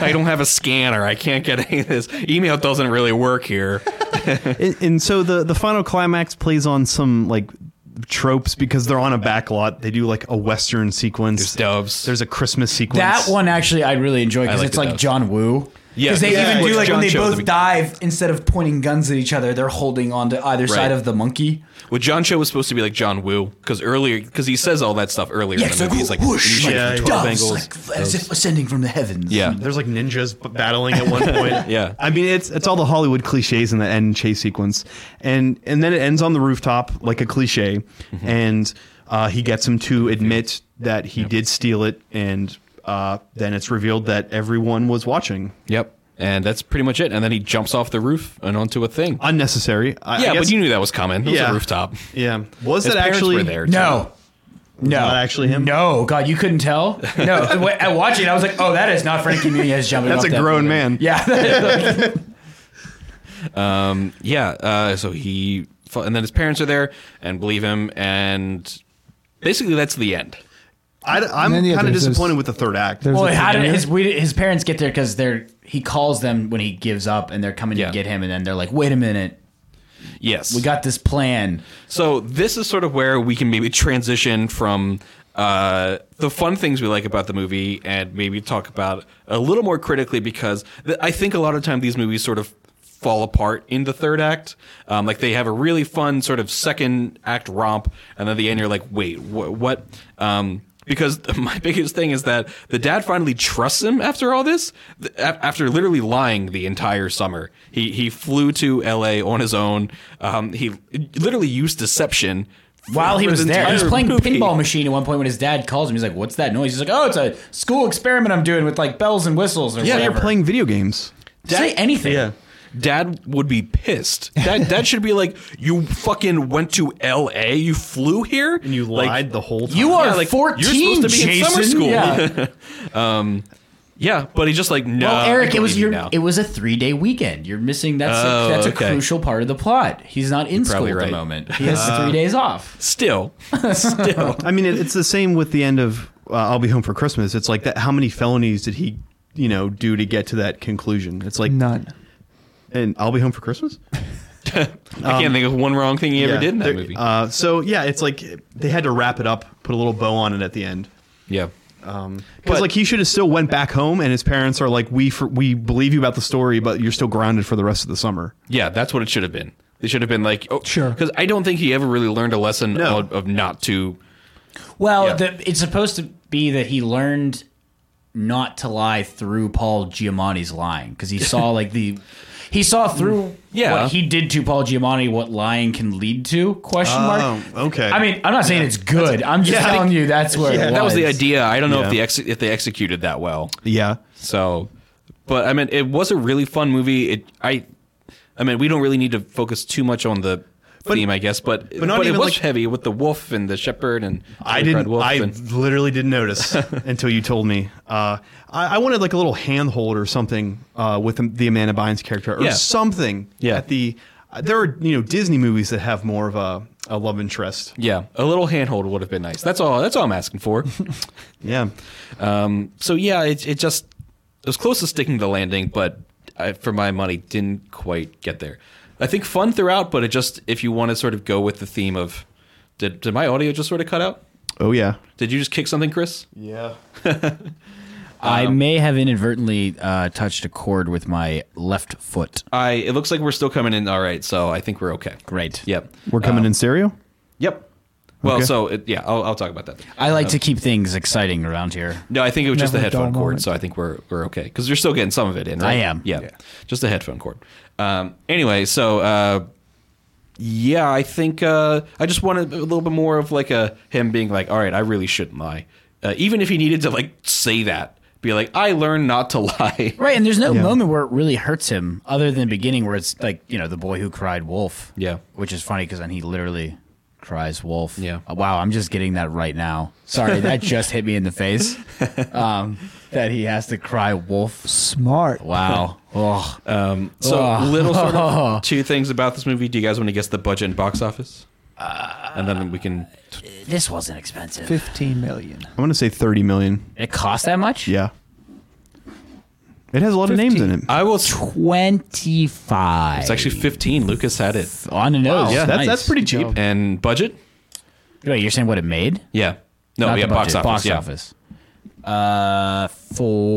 Speaker 1: I don't have a scanner. I can't get any of this. Email doesn't really work here.
Speaker 4: (laughs) And, and so the the final climax plays on some like tropes because they're on a back lot. They do like a western sequence.
Speaker 1: There's doves.
Speaker 4: There's a Christmas sequence.
Speaker 3: that one actually I really enjoy because
Speaker 1: I like
Speaker 3: it's
Speaker 1: the
Speaker 3: like
Speaker 1: doves.
Speaker 3: John Woo.
Speaker 1: Yeah,
Speaker 3: because they
Speaker 1: yeah.
Speaker 3: even
Speaker 1: Which
Speaker 3: do like
Speaker 1: John
Speaker 3: when they
Speaker 1: showed at the
Speaker 3: both
Speaker 1: beginning.
Speaker 3: dive instead of pointing guns at each other, they're holding on to either side of the monkey.
Speaker 1: Well, John Cho was supposed to be like John Woo because earlier, because he says all that stuff earlier
Speaker 3: Yeah,
Speaker 1: in
Speaker 3: it's
Speaker 1: the
Speaker 3: like,
Speaker 1: movie. He's like,
Speaker 3: whoosh,
Speaker 1: "You
Speaker 3: like,
Speaker 1: shoot
Speaker 4: yeah,
Speaker 1: from
Speaker 4: yeah.
Speaker 1: twelve
Speaker 3: doves,
Speaker 1: angles."
Speaker 3: like, as if ascending from the heavens.
Speaker 1: Yeah.
Speaker 4: (laughs) There's like ninjas b- battling at one
Speaker 1: (laughs)
Speaker 4: point.
Speaker 1: Yeah.
Speaker 4: I mean it's it's all the Hollywood cliches in the end chase sequence, and and then it ends on the rooftop like a cliche,
Speaker 1: Mm-hmm.
Speaker 4: and uh, he gets him to admit that he did steal it, and uh, then it's revealed that everyone was watching.
Speaker 1: Yep. And that's pretty much it. And then he jumps off the roof and onto a thing.
Speaker 4: Unnecessary. I,
Speaker 1: yeah,
Speaker 4: I guess,
Speaker 1: but you knew that was coming. It was
Speaker 4: Yeah.
Speaker 1: a rooftop.
Speaker 4: Yeah. Was
Speaker 1: His
Speaker 4: that
Speaker 1: parents
Speaker 4: actually
Speaker 1: were there. too.
Speaker 3: No. No,
Speaker 4: not actually him?
Speaker 3: No, God, you couldn't tell. No,
Speaker 1: (laughs)
Speaker 3: the way- I watched it. I was like, "Oh, that is not Frankie Muniz jumping."
Speaker 4: That's
Speaker 3: off
Speaker 4: a
Speaker 3: that
Speaker 4: grown
Speaker 3: building.
Speaker 4: man.
Speaker 3: Yeah, (laughs)
Speaker 1: Um, yeah. Uh, so he, fu- and then his parents are there and believe him. And basically, that's the end.
Speaker 4: I, am
Speaker 2: And then, yeah,
Speaker 4: kind of
Speaker 2: there's-
Speaker 4: disappointed with the third act.
Speaker 2: there's-
Speaker 3: Well,
Speaker 2: the
Speaker 3: how did
Speaker 2: premiere?
Speaker 3: his we, his parents get there? Because they're he calls them when he gives up, and they're coming
Speaker 1: Yeah.
Speaker 3: to get him, and then they're like, "Wait a minute,
Speaker 1: Yes.
Speaker 3: we got this plan."
Speaker 1: So this is sort of where we can maybe transition from uh, the fun things we like about the movie and maybe talk about a little more critically because th- I think a lot of time these movies sort of fall apart in the third act. Um, like they have a really fun sort of second act romp, and then at the end you're like, wait, wh- what? Um, because (laughs) my biggest thing is that the dad finally trusts him after all this th- a- after literally lying the entire summer he he flew to LA on his own um, he literally used deception
Speaker 3: While he
Speaker 1: For
Speaker 3: was
Speaker 1: the
Speaker 3: there, he was
Speaker 1: entire
Speaker 3: playing
Speaker 1: movie.
Speaker 3: pinball machine at one point when his dad calls him. He's like, "What's that noise?" He's like, "Oh, it's a school experiment I'm doing with like bells and whistles or
Speaker 4: Yeah,
Speaker 3: whatever."
Speaker 4: they're playing video games.
Speaker 3: Say anything.
Speaker 4: Yeah.
Speaker 1: Dad would be pissed. That that should be like you fucking went to L.A. You flew here and
Speaker 4: You
Speaker 1: like,
Speaker 4: lied the whole time.
Speaker 3: You are
Speaker 1: Yeah, like,
Speaker 3: 14.
Speaker 1: You're supposed to be in summer
Speaker 3: Jason.
Speaker 1: school. (laughs)
Speaker 3: Yeah.
Speaker 1: Yeah, but he's just like no.
Speaker 3: Well,
Speaker 1: I
Speaker 3: Eric, it was
Speaker 1: believe you
Speaker 3: your
Speaker 1: now.
Speaker 3: it was a three day weekend. You're missing that's
Speaker 1: Oh,
Speaker 3: a, that's
Speaker 1: okay.
Speaker 3: a crucial part of the plot. He's not in school
Speaker 1: probably
Speaker 3: at
Speaker 1: right.
Speaker 3: the moment. He has three days off.
Speaker 1: still, still.
Speaker 4: I mean, it, it's the same with the end of uh, "I'll Be Home for Christmas." It's like that. How many felonies did he, you know, do to get to that conclusion? It's like
Speaker 2: None.
Speaker 4: And I'll be home for Christmas.
Speaker 1: I can't think of one wrong thing he ever
Speaker 4: Um, Yeah.
Speaker 1: did in
Speaker 4: There-
Speaker 1: that movie.
Speaker 4: Uh, so yeah, it's like they had to wrap it up, put a little bow on it at the end.
Speaker 1: yeah. Um,
Speaker 4: Because like he should have still went back home, and his parents are like, "We for, we believe you about the story, but you're still grounded for the rest of the summer."
Speaker 1: Yeah, that's what it should have been. They should have been like, oh,
Speaker 2: Sure.
Speaker 1: Because I don't think he ever really learned a lesson
Speaker 4: No.
Speaker 1: of, of not to.
Speaker 3: Well,
Speaker 1: Yeah.
Speaker 3: the, it's supposed to be that he learned not to lie through Paul Giamatti's lying because he saw like the he saw through
Speaker 1: Yeah.
Speaker 3: what he did to Paul Giamatti what lying can lead to question mark.
Speaker 4: okay.
Speaker 3: I mean, I'm not saying it's good. I'm just
Speaker 4: Yeah.
Speaker 3: telling you that's where it
Speaker 1: That was the idea. I don't know if
Speaker 4: Yeah.
Speaker 1: the ex- if they executed that well.
Speaker 4: Yeah.
Speaker 1: So, but I mean, it was a really fun movie. It I, I mean, we don't really need to focus too much on the. theme, I guess, but but,
Speaker 4: not
Speaker 1: it
Speaker 4: even
Speaker 1: was
Speaker 4: like-
Speaker 1: heavy with the wolf and the shepherd and the
Speaker 4: I
Speaker 1: red
Speaker 4: didn't.
Speaker 1: wolf
Speaker 4: I
Speaker 1: and- (laughs)
Speaker 4: literally didn't notice until you told me. Uh, I, I wanted like a little handhold or something uh, with the, the Amanda Bynes character or
Speaker 1: Yeah.
Speaker 4: something.
Speaker 1: Yeah.
Speaker 4: At the uh, there are you know Disney movies that have more of a, a love interest.
Speaker 1: yeah, a little handhold would have been nice. That's all. That's all I'm asking
Speaker 4: (laughs)
Speaker 1: for.
Speaker 4: Yeah.
Speaker 1: Um, so yeah, it it just it was close to sticking the landing, but I, for my money, didn't quite get there. I think fun throughout, but it just if you want to sort of go with the theme of did did my audio just sort of cut out?
Speaker 4: Oh yeah.
Speaker 1: Did you just kick something, Chris?
Speaker 4: Yeah.
Speaker 3: I
Speaker 1: Um,
Speaker 3: may have inadvertently uh, touched a chord with my left foot.
Speaker 1: I it looks like we're still coming in all right, so I think we're okay.
Speaker 3: Great.
Speaker 1: Yep.
Speaker 4: We're coming in stereo.
Speaker 1: Yep. Well,
Speaker 4: Okay.
Speaker 1: so it, yeah, I'll, I'll talk about that.
Speaker 3: I like to keep things exciting around here.
Speaker 1: No, I think it was just the
Speaker 2: Never a dull
Speaker 1: headphone cord,
Speaker 2: moment.
Speaker 1: so I think we're we're okay because you're still getting some of it in. Right?
Speaker 3: I am.
Speaker 1: Yeah, just the headphone cord. Um, anyway, so uh, yeah, I think uh, I just wanted a little bit more of like a him being like, all right, I really shouldn't lie, uh, even if he needed to like say that, be like, I learned not to (laughs) lie.
Speaker 3: Right, and there's no moment where it really hurts him, other than the beginning where it's like you know the boy who cried wolf.
Speaker 1: Yeah.
Speaker 3: which is funny because then he literally cries wolf.
Speaker 1: Yeah.
Speaker 3: Uh, wow, I'm just getting that right now.
Speaker 1: (laughs)
Speaker 3: Sorry, that just hit me in the face. Um, that he has to cry wolf.
Speaker 2: Smart.
Speaker 3: Wow. Oh,
Speaker 1: So
Speaker 3: Oh.
Speaker 1: little sort
Speaker 3: (laughs)
Speaker 1: of two things about this movie. Do you guys want to guess the budget and box office?
Speaker 3: Uh,
Speaker 1: and then we can.
Speaker 3: this wasn't expensive.
Speaker 2: 15 million.
Speaker 4: I'm gonna say thirty million.
Speaker 3: It cost that much?
Speaker 4: Yeah. It has a lot of names in it.
Speaker 1: I will. It's
Speaker 3: twenty five.
Speaker 1: actually fifteen. Lucas had it.
Speaker 3: on the nose.
Speaker 4: yeah, that's
Speaker 3: Nice.
Speaker 4: that's pretty cheap.
Speaker 1: And budget?
Speaker 3: Wait, you're saying what it made?
Speaker 1: Yeah. No,
Speaker 3: Not
Speaker 1: yeah,
Speaker 3: the
Speaker 1: box
Speaker 3: budget,
Speaker 1: office. yeah.
Speaker 3: office. Uh,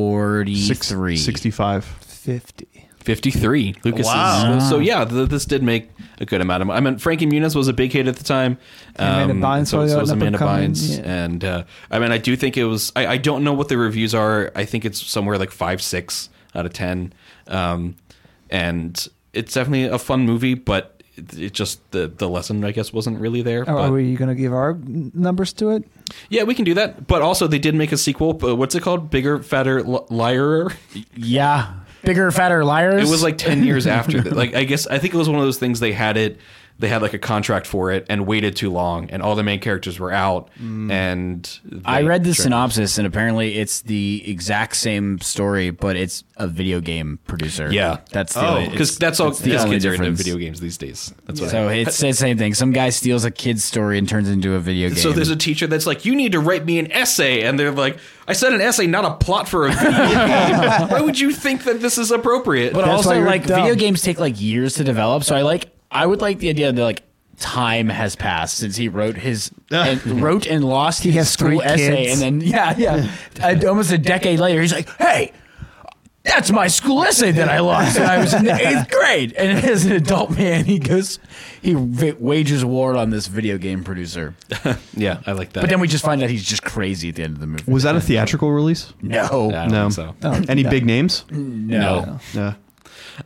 Speaker 3: forty-three.
Speaker 4: Sixty-five.
Speaker 2: 50.
Speaker 1: 53. Lucas
Speaker 4: Wow.
Speaker 1: is, so yeah, th- this did make a good amount of money. I mean, Frankie Muniz was a big hit at the time. Um,
Speaker 2: Amanda Bynes
Speaker 1: so,
Speaker 2: was
Speaker 1: so was
Speaker 2: an
Speaker 1: Amanda
Speaker 2: up-and-coming,
Speaker 1: Bynes.
Speaker 2: yeah.
Speaker 1: And uh, I mean, I do think it was, I, I don't know what the reviews are. I think it's somewhere like five, six out of 10. Um, and it's definitely a fun movie, but it, it just, the, the lesson, I guess, wasn't really there.
Speaker 2: Are,
Speaker 1: but-
Speaker 2: Oh, are we going to give our n- numbers to it?
Speaker 1: yeah, we can do that. But also, they did make a sequel. Uh, what's it called? Bigger, fatter, L- liarer?
Speaker 3: Yeah, bigger, fatter liars.
Speaker 1: It was like 10
Speaker 3: (laughs)
Speaker 1: years after that. Like, I guess, I think it was one of those things they had it, they had like a contract for it and waited too long, and all the main characters were out. And
Speaker 3: Mm. I
Speaker 1: they-
Speaker 3: read the
Speaker 1: sure.
Speaker 3: synopsis, and apparently it's the exact same story, but it's a video game producer.
Speaker 1: Yeah.
Speaker 3: that's the
Speaker 4: Oh,
Speaker 3: only-
Speaker 1: Because
Speaker 3: it's-
Speaker 1: that's all
Speaker 3: it's the
Speaker 1: these
Speaker 3: only
Speaker 1: kids are into
Speaker 3: difference.
Speaker 1: video games these days. That's what
Speaker 3: So it's the same thing. Some guy steals a kid's story and turns it into a video game.
Speaker 1: So there's a teacher that's like, you need to write me an essay, and they're like, I said an essay, not a plot for a video
Speaker 3: (laughs)
Speaker 1: game. Why would you think that this is appropriate?
Speaker 3: but
Speaker 2: That's why
Speaker 3: also
Speaker 2: you're
Speaker 3: like
Speaker 2: dumb.
Speaker 3: video games take like years to develop. So I like I would like the idea that like time has passed since he wrote his and wrote and lost his
Speaker 2: has
Speaker 3: school
Speaker 2: three
Speaker 3: essay,
Speaker 2: kids.
Speaker 3: and then (laughs) yeah, yeah, And almost a decade later, he's like, hey. That's my school essay that I lost when I
Speaker 2: (laughs)
Speaker 3: was in the eighth grade. And as an adult man, he goes, he v- wages war on this video game producer.
Speaker 1: yeah, I like that.
Speaker 3: But then we just find out he's just crazy at the end of the movie.
Speaker 4: Was that a theatrical release?
Speaker 3: no,
Speaker 1: I don't
Speaker 4: No.
Speaker 1: (clears throat) think so.
Speaker 4: Any big names?
Speaker 3: no.
Speaker 4: No.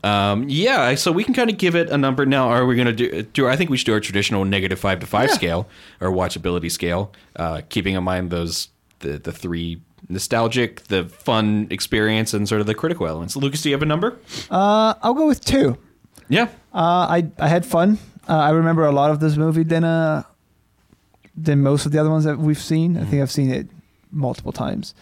Speaker 1: Um, yeah, so we can kind of give it a number now. Are we going to do, do? I think we should do our traditional negative five to five scale or watchability scale, uh, keeping in mind those the the three nostalgic, the fun experience, and sort of the critical elements. Lucas, do you have a number?
Speaker 2: Uh, I'll go with two.
Speaker 1: Yeah,
Speaker 2: Uh, I I had fun. Uh, I remember a lot of this movie than uh, than most of the other ones that we've seen. I think I've seen it multiple times.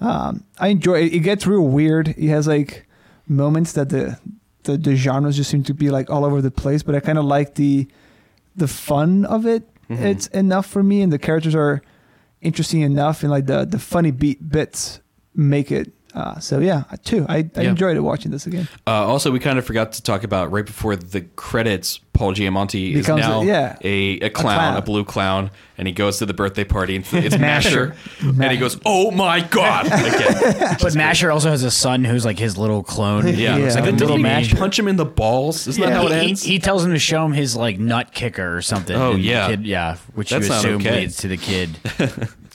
Speaker 2: Um, I enjoy it. It gets real weird. It has like moments that the the, the genres just seem to be like all over the place. But I kind of like the the fun of it. It's enough for me, and the characters are interesting enough, and like the the funny beat bits make it. Uh, so yeah, two. I, I
Speaker 1: Yeah.
Speaker 2: enjoyed it watching this again.
Speaker 1: Uh, also, we kind of forgot to talk about right before the credits. Paul Giamatti
Speaker 2: Becomes
Speaker 1: is
Speaker 2: a-
Speaker 1: now
Speaker 2: yeah.
Speaker 1: a, a, clown, a
Speaker 2: clown.
Speaker 1: blue clown, and he goes to the birthday party and it's Masher,
Speaker 2: Masher.
Speaker 1: and he goes, "Oh my god!" Again.
Speaker 3: But Masher also has a son who's like his little clone.
Speaker 1: Yeah,
Speaker 2: Yeah.
Speaker 1: It's like,
Speaker 2: Like a
Speaker 1: doesn't
Speaker 3: little
Speaker 1: he
Speaker 3: Masher.
Speaker 1: punch him in the balls? Isn't that
Speaker 3: He,
Speaker 1: how it
Speaker 3: he-
Speaker 1: ends?
Speaker 3: he tells him to show him his like nut kicker or something.
Speaker 1: Oh,
Speaker 3: and the
Speaker 1: yeah.
Speaker 3: kid- yeah, which
Speaker 1: That's
Speaker 3: you
Speaker 1: not
Speaker 3: assume
Speaker 1: okay.
Speaker 3: leads to the kid.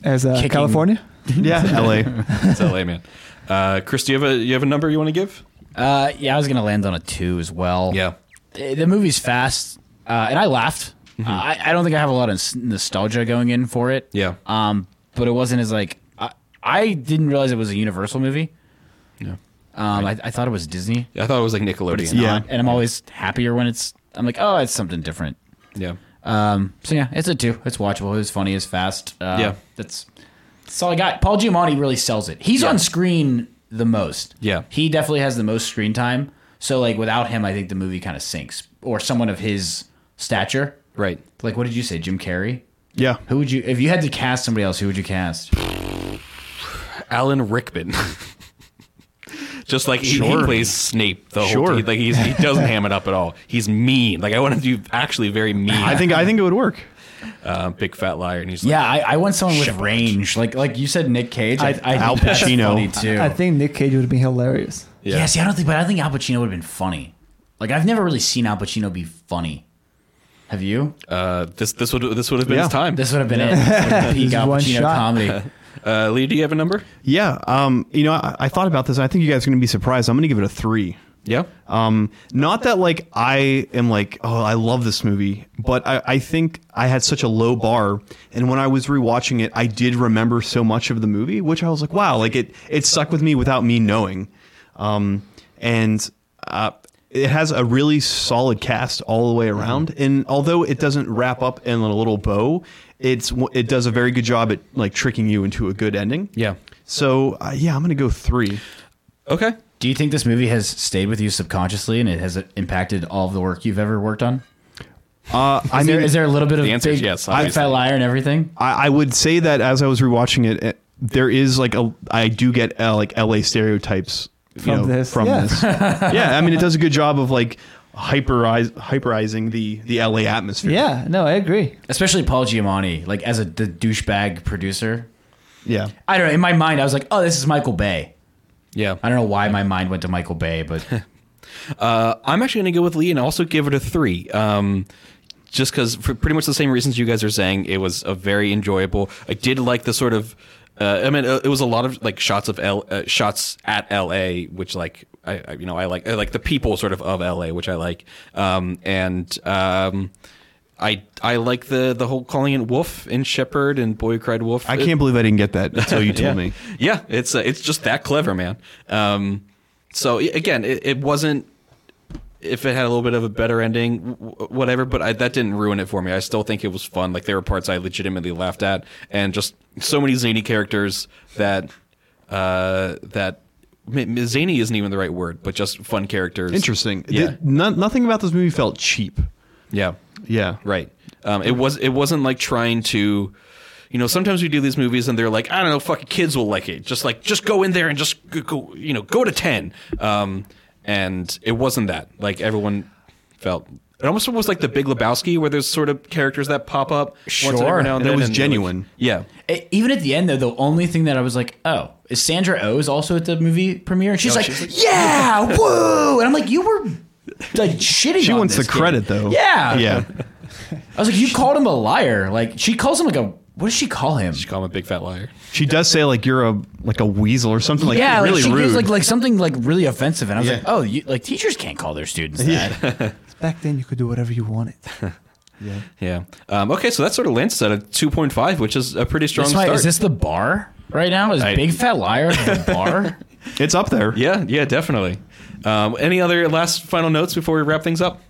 Speaker 2: As uh,
Speaker 3: Kicking-
Speaker 2: California,
Speaker 4: Yeah, LA.
Speaker 1: it's LA man. Uh, Chris, do you have a you have a number you want to give?
Speaker 3: Uh, yeah, I was gonna land on a two as well. the the movie's fast, uh, and I laughed.
Speaker 1: Mm-hmm.
Speaker 3: Uh, I, I don't think I have a lot of s- nostalgia going in for it.
Speaker 1: Yeah.
Speaker 3: Um, but it wasn't as like I, I didn't realize it was a Universal movie.
Speaker 1: Yeah.
Speaker 3: Um, I, I thought it was Disney.
Speaker 1: I thought it was like
Speaker 3: It's
Speaker 1: Nickelodeon.
Speaker 4: Yeah.
Speaker 3: not, and I'm always happier when it's. I'm like, oh, it's something different.
Speaker 1: yeah.
Speaker 3: Um, so yeah, it's a two. It's watchable. It was funny. It's fast. Uh,
Speaker 1: Yeah.
Speaker 3: that's that's all I got. Paul Giamatti really sells it. He's on screen the most.
Speaker 1: Yeah.
Speaker 3: he definitely has the most screen time. So like without him, I think the movie kind of sinks. Or someone of his stature.
Speaker 1: Right.
Speaker 3: Like what did you say, Jim Carrey?
Speaker 4: Yeah.
Speaker 3: Who would you if you had to cast somebody else? Who would you cast?
Speaker 1: Alan Rickman. (laughs) Just like he- he,
Speaker 4: Sure.
Speaker 1: plays Snape the whole
Speaker 4: Sure.
Speaker 1: time. Like he's, he doesn't ham it up at all. He's mean. Like I want him to be actually very mean.
Speaker 4: I think I think it would work.
Speaker 1: uh, big fat liar. And he's like,
Speaker 3: Yeah, I, I want someone with range. Like like you said, Nick Cage. I, I think
Speaker 4: Al
Speaker 3: that's
Speaker 4: Pacino.
Speaker 3: funny, too.
Speaker 2: I think Nick Cage would be hilarious.
Speaker 1: Yeah.
Speaker 3: Yeah. see, I don't think, but I think Al Pacino would have been funny. Like, I've never really seen Al Pacino be funny. Have you?
Speaker 1: uh, this this would this would have been
Speaker 4: Yeah.
Speaker 1: his time.
Speaker 3: This would have been it. Like, peak
Speaker 2: This
Speaker 3: Al
Speaker 2: one
Speaker 3: Pacino
Speaker 2: shot.
Speaker 3: comedy.
Speaker 1: Uh, Lee, do you have a number?
Speaker 4: Yeah. Um, you know, I, I thought about this. And I think you guys are going to be surprised. I'm going to give it a three.
Speaker 1: Yeah.
Speaker 4: Um, not that like I am like, oh, I love this movie, but I, I think I had such a low bar, and when I was rewatching it, I did remember so much of the movie, which I was like, wow, like it it stuck with me without me knowing, um, and uh, it has a really solid cast all the way
Speaker 3: Mm-hmm.
Speaker 4: around, and although it doesn't wrap up in a little bow, it's it does a very good job at like tricking you into a good ending.
Speaker 1: Yeah.
Speaker 4: So uh, yeah, I'm gonna go three.
Speaker 1: Okay.
Speaker 3: Do you think this movie has stayed with you subconsciously and it has impacted all of the work you've ever worked on?
Speaker 4: Uh, I
Speaker 3: Is,
Speaker 4: mean,
Speaker 3: there, is there a little bit of
Speaker 1: The answer is
Speaker 3: big,
Speaker 1: yes,
Speaker 3: Big
Speaker 1: obviously.
Speaker 3: fat liar and everything?
Speaker 4: I, I would say that as I was rewatching it, it there is like a I do get uh, like LA stereotypes you
Speaker 2: From
Speaker 4: know,
Speaker 2: this,
Speaker 4: from
Speaker 2: yeah.
Speaker 3: (laughs)
Speaker 4: this. yeah, I mean it does a good job of like hyperize hyperizing the the LA atmosphere.
Speaker 2: Yeah, no, I agree.
Speaker 3: Especially Paul Giamatti, like as a the douchebag producer.
Speaker 4: yeah.
Speaker 3: I don't know. In my mind, I was like, oh, this is Michael Bay.
Speaker 1: Yeah.
Speaker 3: I don't know why my mind went to Michael Bay, but
Speaker 1: Uh, I'm actually going to go with Lee and also give it a three. Um, just because, for pretty much the same reasons you guys are saying, it was a very enjoyable. I did like the sort of. Uh, I mean, uh, it was a lot of like shots of L, uh, shots at L.A., which like I, I you know I like I like the people sort of of L.A., which I like, um, and um, I I like the the whole calling it Wolf and Shepherd and Boy Who Cried Wolf.
Speaker 4: I can't believe I didn't get that until you told
Speaker 1: (laughs) yeah.
Speaker 4: (laughs) me.
Speaker 1: Yeah, it's uh, it's just that clever, man. Um, so i- again, it, it wasn't if it had a little bit of a better ending, w- w- whatever. But I, that didn't ruin it for me. I still think it was fun. Like there were parts I legitimately laughed at, and just so many zany characters that uh, that m- m- zany isn't even the right word, but just fun characters.
Speaker 4: Interesting.
Speaker 1: Yeah.
Speaker 4: Th- no- nothing about this movie felt cheap.
Speaker 1: Yeah.
Speaker 4: Yeah.
Speaker 1: Right. Um, it was. It wasn't like trying to. You know, sometimes we do these movies and they're like, I don't know, fucking kids will like it. Just like, just go in there and just go, go you know, go to ten. Um, and it wasn't that. Like everyone felt. It almost was like the Big Lebowski, where there's sort of characters that pop up once
Speaker 3: Sure.
Speaker 1: every now and
Speaker 4: And it
Speaker 1: then. they're
Speaker 4: was
Speaker 1: like-
Speaker 4: genuine.
Speaker 1: yeah.
Speaker 3: E- even at the end though, the only thing that I was like, oh, is Sandra O is also at the movie premiere, and she's, like, yeah, woo, and I'm like, you were like shitting.
Speaker 4: She
Speaker 3: on
Speaker 4: wants the
Speaker 3: this kid."
Speaker 4: credit though.
Speaker 3: Yeah,
Speaker 4: Yeah.
Speaker 3: I was like, you called him a liar. Like she calls him like a What does she call him?
Speaker 1: She called him a big fat liar.
Speaker 4: She does say like you're a like a weasel or something like
Speaker 3: yeah,
Speaker 4: really
Speaker 3: like she
Speaker 4: rude.
Speaker 3: gives like like something like really offensive, and I was
Speaker 4: Yeah.
Speaker 3: like, oh, you, like teachers can't call their students
Speaker 4: (laughs)
Speaker 3: that.
Speaker 2: Back then, you could do whatever you wanted.
Speaker 1: Yeah. Um, okay, so that sort of lands us at a 2.5, which is a pretty strong
Speaker 3: This might-
Speaker 1: start.
Speaker 3: is this the bar right now? Is
Speaker 1: I-
Speaker 3: Big Fat Liar
Speaker 4: (laughs)
Speaker 3: the bar?
Speaker 4: it's up there.
Speaker 1: yeah, yeah, definitely. Um, any other last final notes before we wrap things up?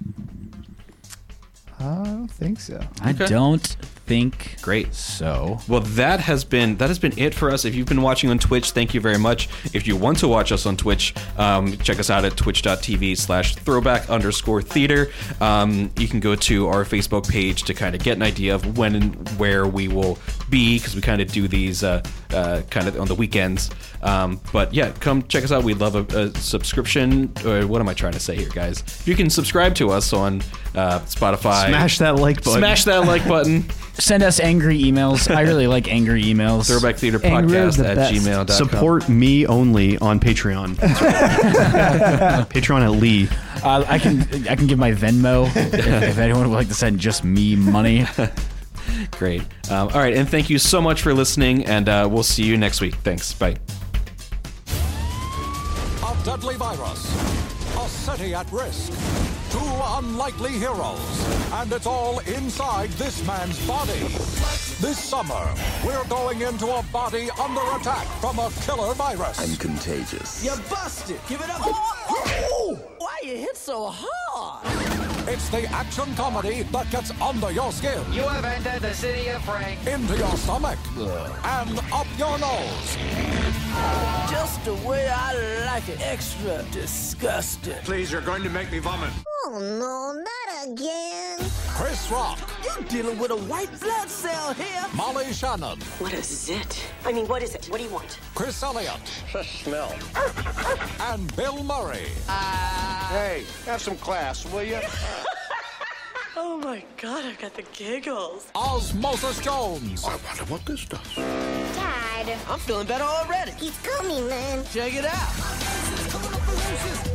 Speaker 2: I don't think so.
Speaker 3: I don't think
Speaker 1: Great.
Speaker 3: so.
Speaker 1: Well, that has been that has been it for us. If you've been watching on Twitch, thank you very much. If you want to watch us on Twitch, um, check us out at twitch.tv slash throwback underscore theater. Um, you can go to our Facebook page to kind of get an idea of when and where we will be because we kind of do these uh, uh, kind of on the weekends. Um, but yeah, come check us out. We'd love a, a subscription. Or what am I trying to say here, guys? You can subscribe to us on uh, Spotify.
Speaker 4: Smash that like button.
Speaker 1: Smash that like button.
Speaker 4: (laughs)
Speaker 3: Send us angry emails. I really like angry emails.
Speaker 1: Throwback Theater
Speaker 2: And we're
Speaker 1: Podcast
Speaker 2: the
Speaker 1: at
Speaker 2: best.
Speaker 1: gmail.com.
Speaker 4: Support me only on Patreon. Patreon at Lee.
Speaker 3: Uh, I can I can give my Venmo if, if anyone would like to send just me money.
Speaker 1: Great. Um, all right. And thank you so much for listening. And uh, we'll see you next week. Thanks. Bye.
Speaker 5: A deadly virus. A city at risk. Two unlikely heroes. And it's all inside this man's body. This summer, we're going into a body under attack from a killer virus.
Speaker 6: I'm contagious.
Speaker 7: You're busted. Give it up. Why you hit so hard?
Speaker 5: It's the action comedy that gets under your skin,
Speaker 8: You have entered the city of Frank.
Speaker 5: into your stomach, and up your nose.
Speaker 7: Just the way I like it. Extra disgusting.
Speaker 5: Please, you're going to make me vomit.
Speaker 9: Oh no, not again.
Speaker 5: Chris Rock,
Speaker 7: You're dealing with a white blood cell here.
Speaker 5: Molly Shannon,
Speaker 9: What is it? I mean, what is it? What do you want?
Speaker 5: Chris Elliott. smell. And Bill Murray.
Speaker 10: Hey, have some class, will you?
Speaker 9: Oh my god, I've got the giggles.
Speaker 5: Osmosis Jones.
Speaker 10: I wonder what this does.
Speaker 9: Dad,
Speaker 7: I'm feeling better already.
Speaker 9: he's coming, man.
Speaker 7: Check it out.
Speaker 5: Coming up the races.